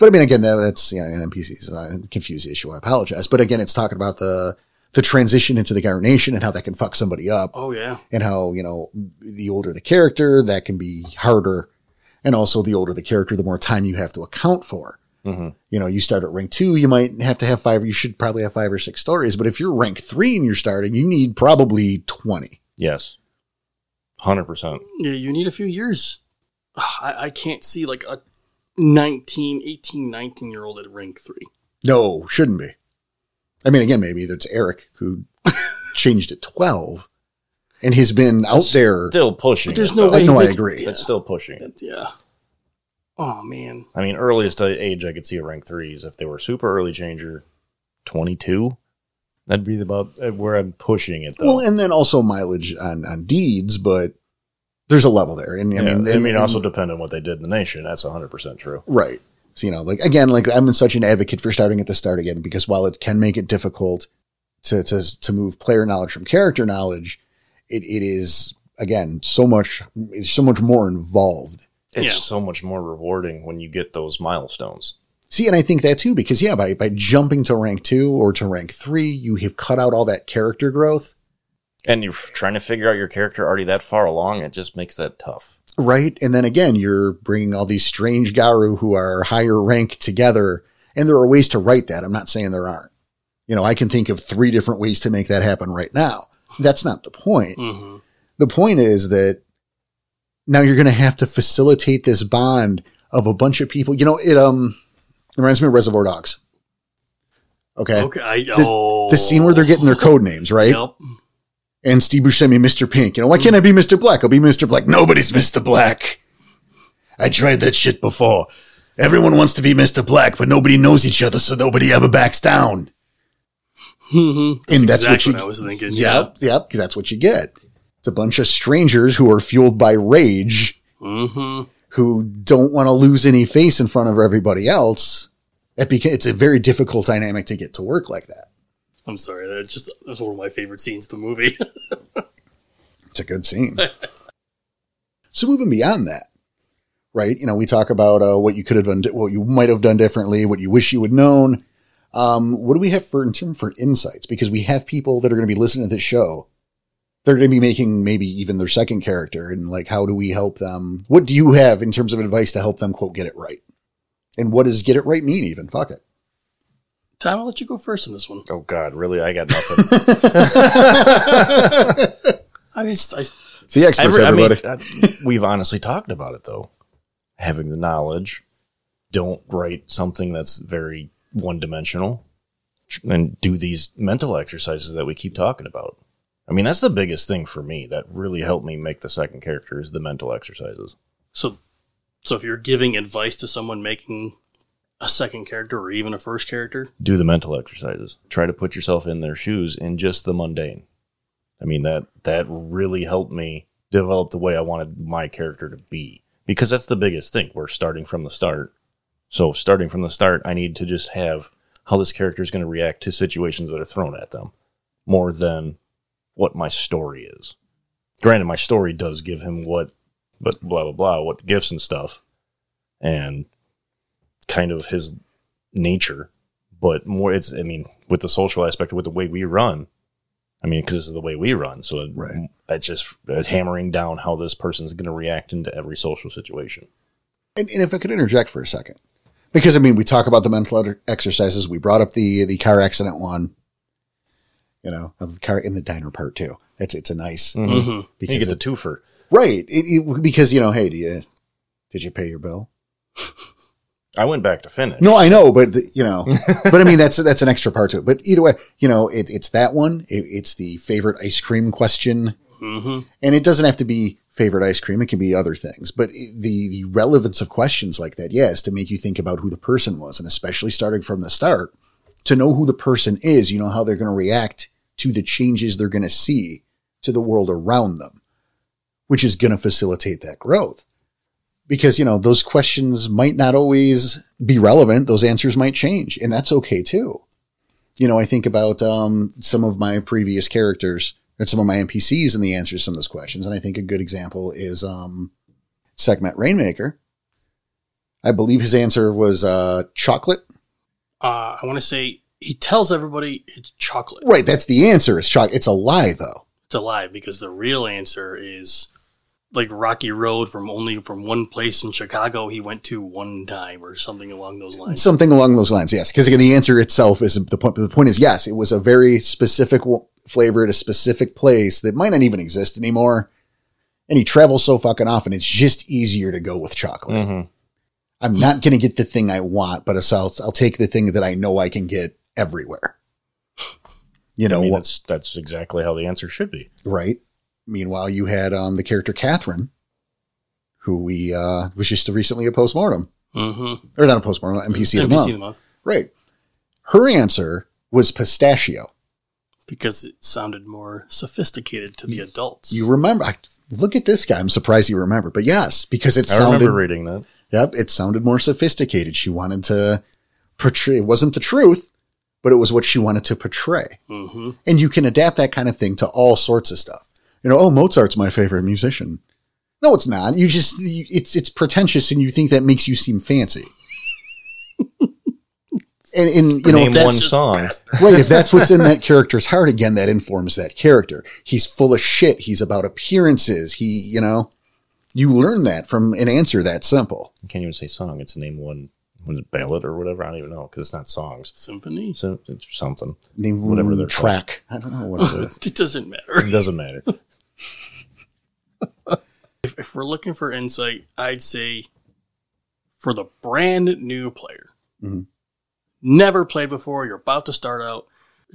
But I mean, again, that- that's, you know, an NPC. So I confuse the issue. I apologize. But again, it's talking about the, the transition into the Garnation and how that can fuck somebody up.
Oh yeah,
and how you know the older the character that can be harder and also the older the character the more time you have to account for
Mhm.
you know you start at rank two you might have to have five you should probably have five or six stories but if you're rank three and you're starting you need probably 20
Yes. 100%.
yeah. You need a few years. Ah, I, I can't see like a 19, 18, 19 year old at rank three.
no shouldn't be i mean again maybe that's eric who changed at 12 and has been out there
Still pushing.
But there's
it,
no
though.
way.
I know
he
I
could-
agree.
Yeah.
It's still pushing. it.
That's- yeah. Oh man.
I mean, earliest age I could see a rank three is if they were super early changer, twenty two. That'd be about where I'm pushing it though.
well and then also mileage on on deeds but there's a level there and
Yeah,
i mean and- and-
also depend on what they did in the nation. That's hundred percent true.
Right. So, you know, like again, like I'm such an advocate for starting at the start again, because while it can make it difficult to, to, to move player knowledge from character knowledge, it, it is again, so much, it's so much more involved.
It's
Yeah.
so much more rewarding when you get those milestones.
See, and I think that too, because yeah, by, by jumping to rank two or to rank three, you have cut out all that character growth.
And you're f- trying to figure out your character already that far along. It just makes that tough.
Right. And then again, you're bringing all these strange Garu who are higher rank together. And there are ways to write that. I'm not saying there aren't. You know, I can think of three different ways to make that happen right now. That's not the point.
hmm
The point is that now you're going to have to facilitate this bond of a bunch of people. You know, it, um, reminds me of Reservoir Dogs. Okay.
Okay. I, oh.
The scene where they're getting their code names, right?
Yep.
and Steve Buscemi, Mr. Pink. You know, why can't I be Mr. Black? I'll be Mr. Black. Nobody's Mr. Black. I tried that shit before. Everyone wants to be Mr. Black, but nobody knows each other, so nobody ever backs down.
Mm-hmm.
and that's
exactly
what
what
you
I was thinking.
Yep, yep. 'cause That's what you get. It's a bunch of strangers who are fueled by rage,
Mm-hmm.
who don't want to lose any face in front of everybody else. It beca- it's a very difficult dynamic to get to work like that.
I'm sorry. That's just that's one of my favorite scenes of the movie.
It's a good scene. so moving beyond that, right? You know, we talk about uh, what you could have done, what you might have done differently, what you wish you would known. Um, what do we have for in term for insights? Because we have people that are going to be listening to this show. They're going to be making maybe even their second character, and like, how do we help them? What do you have in terms of advice to help them quote get it right? And what does get it right mean? Even fuck it.
Tom, I'll let you go first in this one.
Oh God, really? I got nothing.
I mean, it's- I,
It's the experts,
Every- I mean,
everybody.
I- we've honestly talked about it though. Having the knowledge, don't write something that's very one dimensional, and do these mental exercises that we keep talking about. I mean, that's the biggest thing for me that really helped me make the second character is the mental exercises.
so, so if you're giving advice to someone making a second character or even a first character,
Do the mental exercises. Try to put yourself in their shoes in just the mundane. I mean that that really helped me develop the way I wanted my character to be because that's the biggest thing. We're starting from the start. So starting from the start, I need to just have how this character is going to react to situations that are thrown at them more than what my story is. Granted, my story does give him what, but blah blah blah, what gifts and stuff, and kind of his nature. But more, it's I mean, with the social aspect, with the way we run, I mean, because this is the way we run. So
Right.
it's just it's hammering down how this person's going to react into every social situation.
And, and if I could interject for a second, because I mean, we talk about the mental ed- exercises. We brought up the the car accident one. You know, of the car in the diner part too. It's it's a nice
mm-hmm.
because
Mm. You get the
it-
twofer.
right it, it- because you know, hey, do you did you pay your bill?
I went back to finish.
No, I know, but the, you know, but I mean, that's that's an extra part to it. But either way, you know, it, it's that one. It, it's the favorite ice cream question.
Mm-hmm.
and it doesn't have to be favorite ice cream. It can be other things, but it- the, the relevance of questions like that, yes, to make you think about who the person was and especially starting from the start to know who the person is, you know, how they're going to react to the changes they're going to see to the world around them, which is going to facilitate that growth. Because, you know, those questions might not always be relevant. Those answers might change and that's okay too you know, I think about um, some of my previous characters and some of my NPCs and the answers to some of those questions. And I think a good example is um, Segment Rainmaker. I believe his answer was uh, chocolate.
Uh, I want to say he tells everybody it's chocolate.
Right, that's the answer. It's chocolate. It's a lie, though.
It's a lie because the real answer is like Rocky Road from only from one place in Chicago he went to one time or something along those lines.
Something along those lines. Yes, because again, the answer itself isn't the point. The point is, yes, it was a very specific w- flavor at a specific place that might not even exist anymore. And he travels so fucking often, it's just easier to go with chocolate.
Mhm.
I'm not going to get the thing I want, but I'll, I'll take the thing that I know I can get everywhere. You know,
I mean,
what-
that's that's exactly how the answer should be.
right? Meanwhile, you had um, the character Catherine, who we uh, was just recently a postmortem,
Mm-hmm.
or not a postmortem, NPC of the
NBC
month.
the month
Right. Her answer was pistachio.
because it sounded more sophisticated to the adults.
You remember? I, look at this guy. I'm surprised you remember, but yes, because it
I
sounded
remember reading that.
Yep, it sounded more sophisticated. She wanted to portray it wasn't the truth, but it was what she wanted to portray.
mm-hmm.
And you can adapt that kind of thing to all sorts of stuff. You know, oh, Mozart's my favorite musician. No, it's not. You just you- it's it's pretentious, and you think that makes you seem fancy. and, and you know,
Name
if that's
one song.
right, if that's what's in that character's heart, again, that informs that character. He's full of shit. He's about appearances. He, you know, you learn that from an answer that simple.
I can't even say song. It's name one, was it ballad or whatever. I don't even know because it's not songs.
Symphony.
So it's something.
name
Whatever they're
track. I don't know what it is.
It doesn't matter.
It doesn't matter.
if, if we're looking for insight, I'd say for the brand new player,
Mhm.
never played before, you're about to start out,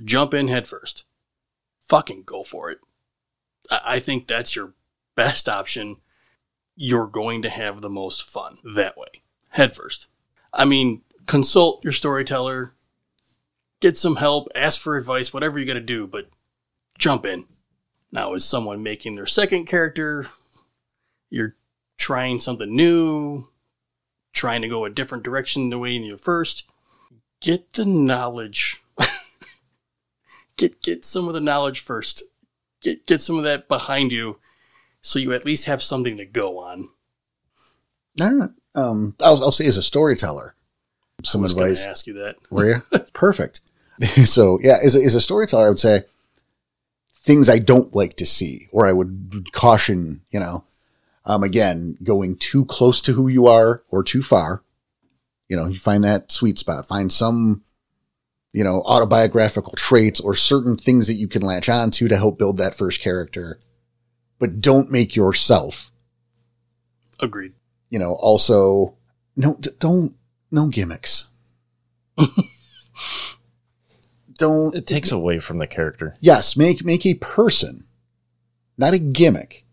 jump in head first. Fucking go for it. I I think that's your best option. You're going to have the most fun that way, head first. I mean, consult your storyteller, get some help, ask for advice, whatever you got to do, but jump in. Now, is someone making their second character? You're trying something new, trying to go a different direction the way you first. Get the knowledge. get get some of the knowledge first. Get get some of that behind you, so you at least have something to go on.
All right. Um, I'll, I'll say as a storyteller, some
I was going
advice.
to ask you that.
Were you? Perfect. so yeah, as a, as a storyteller, I would say things I don't like to see, or I would caution, you know, um, again, going too close to who you are or too far. You know, you find that sweet spot, find some, you know, autobiographical traits or certain things that you can latch onto to help build that first character, but don't make yourself,
Agreed.
you know, also no, d- don't, no gimmicks. don't
It takes away from the character.
Yes, make make a person, not a gimmick.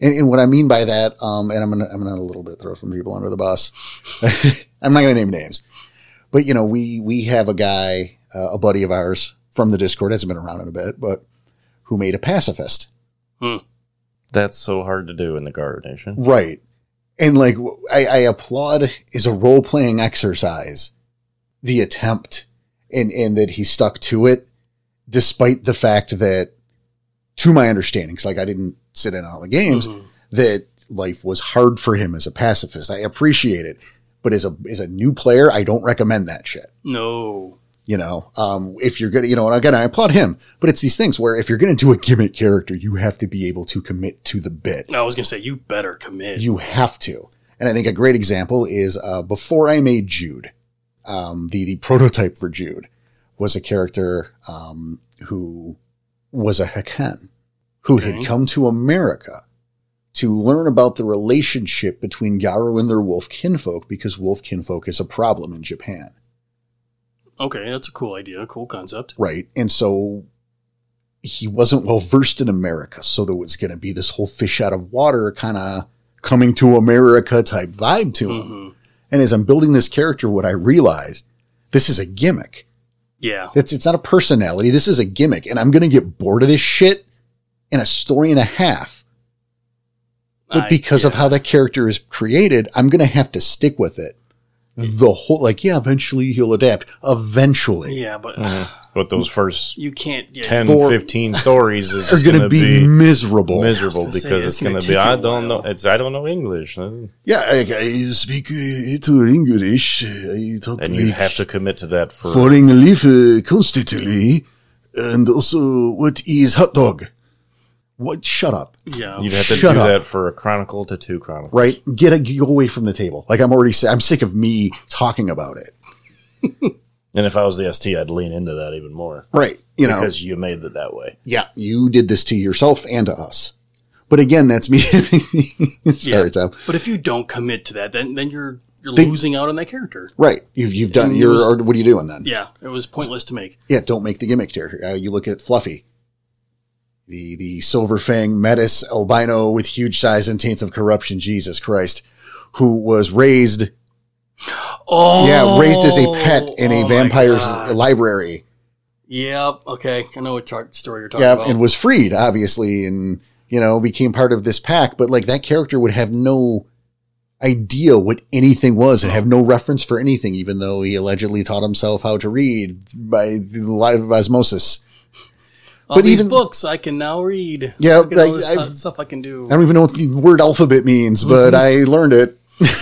And, and what I mean by that, um, and I'm gonna I'm gonna a little bit throw some people under the bus. I'm not gonna name names, but you know we we have a guy, uh, a buddy of ours from the Discord, hasn't been around in a bit, but who made a pacifist,
That's so hard to do in the Guard Nation.
right? And like w- I, I applaud is a role playing exercise, the attempt, and and that he stuck to it despite the fact that, to my understanding, 'cause, like I didn't sit in all the games,
Mhm.
that life was hard for him as a pacifist. I appreciate it, but as a as a new player, I don't recommend that shit.
No.
You know, um, if you're gonna, you know, and again, I applaud him, but it's these things where if you're gonna do a gimmick character, you have to be able to commit to the bit.
I was going to say, you better commit.
You have to. And I think a great example is uh, before I made Jude, um, the the prototype for Jude was a character um, who was a Hakan, who
Okay.
had come to America to learn about the relationship between Garu and their wolf kinfolk because wolf kinfolk is a problem in Japan,
okay, that's a cool idea. Cool concept.
right? And so he wasn't well versed in America, so there was going to be this whole fish out of water kind of coming to America type vibe to him.
Mhm.
And as I'm building this character, what I realized, this is a gimmick.
Yeah.
It's, it's not a personality. This is a gimmick. And I'm going to get bored of this shit in a story and a half. But
I-
because of
yeah.
how that character is created, I'm going to have to stick with it. The whole, like, yeah, eventually he'll adapt. Eventually.
Yeah, but
Mm-hmm.
But those first
you can't. Yeah,
10,
For-
15 stories is
They're
going to
be,
be
miserable.
miserable
I was gonna say,
because
it's
it's
gonna
going to
take
be,
you
I
a
don't know,
while."
it's, I don't know English. And
yeah, I, I speak uh, to English. I talk
you
like-
have to commit to that for,
falling leaf uh, constantly, and also what is hot dog? What? Shut up!
yeah.
you'd have to
Shut
do
up.
that for a chronicle to two chronicles.
Right? Get a, go away from the table. Like I'm already, si- I'm sick of me talking about it.
And if I was the ST, I'd lean into that even more
Right? You know,
because you made it that way.
yeah, you did this to yourself and to us. But again, that's me. Sorry, Tom.
But if you don't commit to that, then then you're you're
They-
losing out on that character.
Right? You've you've done
And
your.
used-
or What are you doing then?
Yeah, it was pointless to make.
yeah, don't make the gimmick character. Uh, you look at Fluffy, the the silver fang metis albino with huge size and taints of corruption. Jesus Christ, who was raised
Oh,
yeah raised as a pet in
oh
a
my
vampire's
God.
library.
Yeah. Okay, I know what tar- story you're talking
Yeah,
about.
and was freed obviously, and you know became part of this pack. But like that character would have no idea what anything was and have no reference for anything, even though he allegedly taught himself how to read by the live of osmosis.
All
but
these
even-
books I can now read.
Yeah,
Look at all
like,
this
I've-
stuff- stuff I can do.
I don't even know what the word alphabet means, but
Mm-hmm.
I learned it.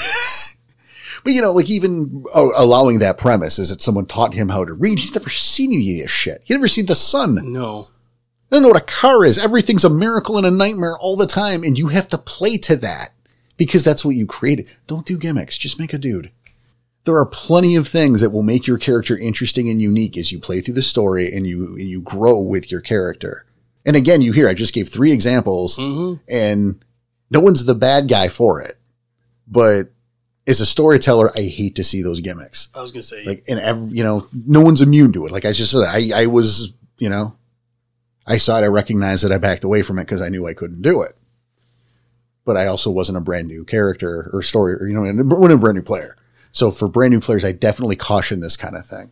but you know, like even oh, allowing that premise is that someone taught him how to read. He's never seen any of this shit. He never seen the sun.
no.
I don't know what a car is. Everything's a miracle and a nightmare all the time, and you have to play to that because that's what you created. Don't do gimmicks. Just make a dude. There are plenty of things that will make your character interesting and unique as you play through the story and you and you grow with your character. And again, you hear I just gave three examples,
Mm-hmm.
and no one's the bad guy for it. But as a storyteller, I hate to see those gimmicks
I was gonna say
like and every, you know no one's immune to it like i just said i i was you know I saw it. I recognized it. I backed away from it because I knew I couldn't do it. But I also wasn't a brand new character or story, or you know, and I wasn't a brand new player. So for brand new players, I definitely caution this kind of thing.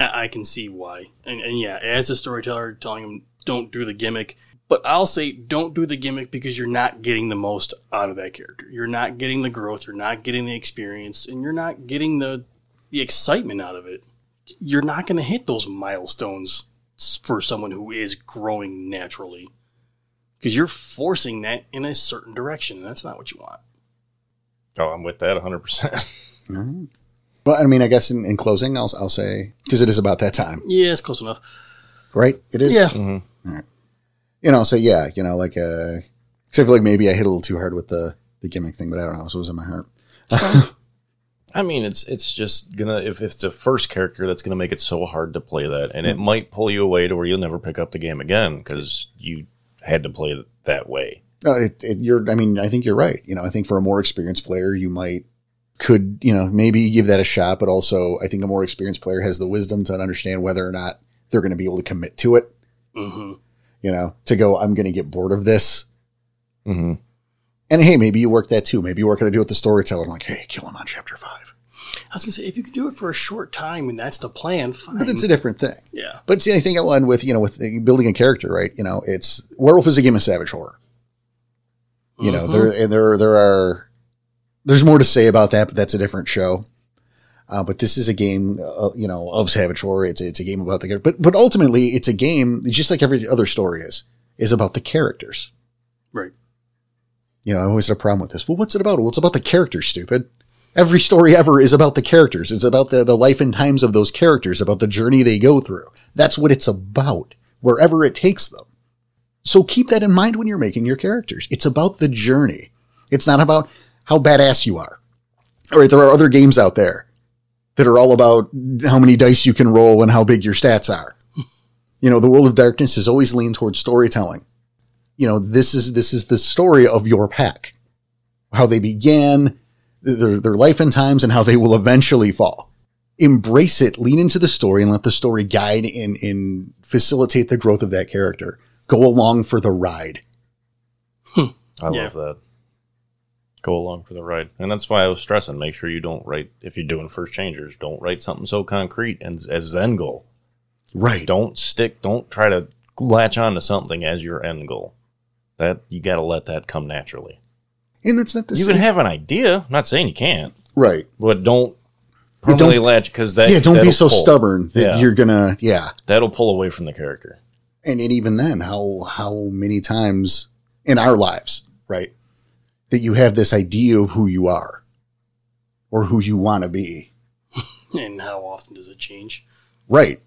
I, I can see why. And, and yeah, as a storyteller, telling them don't do the gimmick. But I'll say don't do the gimmick because you're not getting the most out of that character. You're not getting the growth. You're not getting the experience, and you're not getting the the excitement out of it. You're not going to hit those milestones s- for someone who is growing naturally because you're forcing that in a certain direction, and that's not what you want.
Oh, I'm with that 100%.
But I mean, I guess in, in closing, I'll, I'll say, because it is about that time,
Yeah, it's close enough.
right? It is.
Yeah,
Mhm.
You know, so yeah, you know, like, uh, except for like maybe I hit a little too hard with the, the gimmick thing, but I don't know. So it was in my heart.
I mean, it's it's just gonna if if it's a first character that's gonna make it so hard to play that, and
Mm-hmm.
it might pull you away to where you'll never pick up the game again because you had to play it that way.
No, it, it, you're, I mean, I think you're right. You know, I think for a more experienced player, you might, could, you know, maybe give that a shot, but also I think a more experienced player has the wisdom to understand whether or not they're going to be able to commit to it,
hmm
you know, to go, I'm going to get bored of this.
Mm-hmm.
And hey, maybe you work that too. Maybe you work going to do with the storyteller. and like, hey, kill him on chapter five.
I was gonna say if you could do it for a short time and that's the plan, fine.
But that's a different thing.
yeah,
But see, I think I went with, you know, with uh, building a character, right? You know, it's werewolf is a game of savage horror. You know,
Mhm.
there and there there are there's more to say about that, but that's a different show. Uh, but this is a game, uh, you know, of savage horror. It's it's a game about the character, but but ultimately, it's a game just like every other story is is about the characters.
right.
You know, I always had a problem with this. Well, what's it about? Well, it's about the characters, stupid. Every story ever is about the characters. It's about the, the life and times of those characters, about the journey they go through. That's what it's about, wherever it takes them. So keep that in mind when you're making your characters. It's about the journey. It's not about how badass you are. All right, there are other games out there that are all about how many dice you can roll and how big your stats are. You know, the world of darkness has always leaned towards storytelling you know this is this is the story of your pack how they began their, their life and times and how they will eventually fall embrace it lean into the story and let the story guide and, and facilitate the growth of that character go along for the ride
I
Yeah.
love that. Go along for the ride, and that's why I was stressing. Make sure you don't write if you're doing first changers. Don't write something so concrete and as end goal.
right
Don't stick. Don't try to latch on to something as your end goal. That you got to let that come naturally.
and that's not the
You
same
can have an idea. I'm not saying you can't.
right
but
Yeah,
don't
don't-
permanently latch because that
yeah don't be
that'll
so
pull.
stubborn that
Yeah.
you're gonna yeah
That'll pull away from the character.
and, and even then how how many times in our lives right that you have this idea of who you are or who you want to be
And how often does it change?
right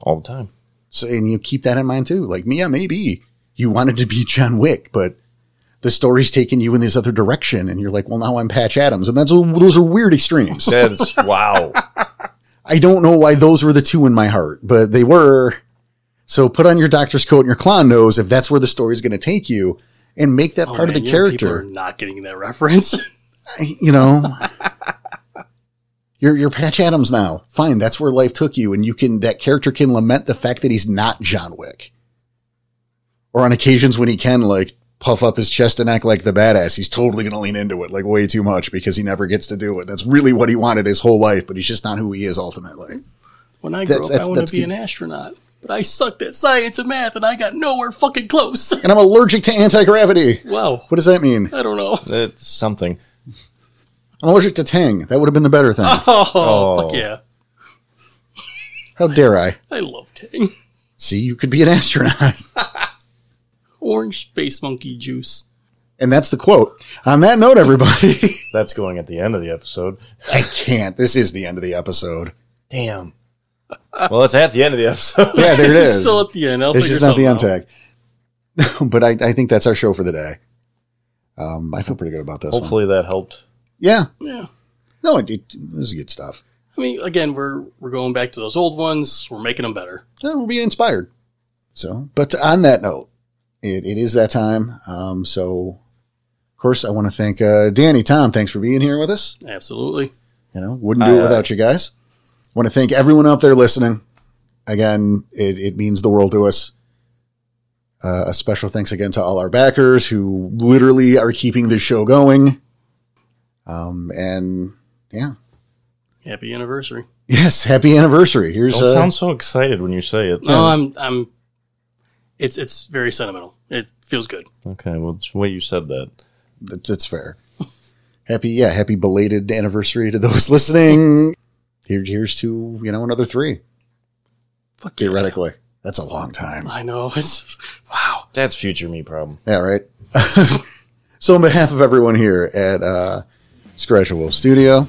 all the time.
So, and you keep that in mind too. Like, yeah, maybe you wanted to be John Wick, but the story's taking you in this other direction. And you're like, well, now I'm Patch Adams. And that's, those are weird extremes.
That's wow.
I don't know why those were the two in my heart, but they were. So put on your doctor's coat and your clown nose if that's where the story's going to take you and make that
Oh,
part of
man,
the
you know, people
character.
are not getting that reference.
I- you know, you're, you're Patch Adams now. Fine. That's where life took you. And you can, that character can lament the fact that he's not John Wick. Or on occasions when he can, like, puff up his chest and act like the badass, he's totally going to lean into it, like, way too much because he never gets to do it. That's really what he wanted his whole life, but he's just not who he is ultimately.
When I
That's-
grow up,
that's-
I want
that's
to be
good.
an astronaut, but I sucked at science and math, and I got nowhere fucking close.
And I'm allergic to anti gravity.
wow,
What does that mean?
I don't know.
That's something.
I'm allergic to Tang. That would have been the better thing.
Oh,
Oh.
fuck yeah,
How dare I?
I love Tang.
See, you could be an astronaut.
Orange space monkey juice.
And that's the quote. On that note, everybody.
That's going at the end of the episode.
I can't. This is the end of the episode.
Damn. Well, it's at the end of the episode.
Yeah, there it
It's
is.
still at the end. I'll
it's
figure
just not the end
something out.
tag. but I, I think that's our show for the day. Um, I feel pretty good about this one.
Hopefully that helped.
Yeah.
Yeah.
No, it, it, this is good stuff.
I mean, again, we're we're going back to those old ones. We're making them better.
No, we're being inspired. So, but on that note, it, it is that time. Um, so, of course, I want to thank uh, Danny, Tom. Thanks for being here with us.
Absolutely.
You know, wouldn't do it
I, uh,
without you guys. Want to thank everyone out there listening. Again, it, it means the world to us. Uh, a special thanks again to all our backers who literally are keeping this show going. Um, and yeah,
Happy anniversary.
yes, happy anniversary. Here's
Don't
uh,
sound so excited when you say it.
No, I'm I'm it's it's very sentimental. It feels good.
Okay, well, it's the way you said that.
that's, that's fair. happy, yeah, happy belated anniversary to those listening. Here, here's to you know another three
Fuck yeah.
theoretically. That's a long time.
I know. It's wow.
That's future me problem.
Yeah, right. so, on behalf of everyone here at uh, Scratch a Wolf Studio,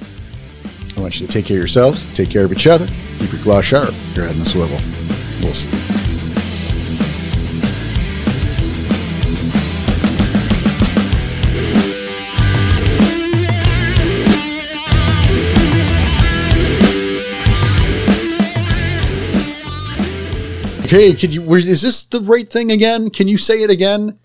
I want you to take care of yourselves, take care of each other, keep your claws sharp, your head in the swivel. We'll see. you. Okay, can you? where- Is this the right thing again? Can you say it again?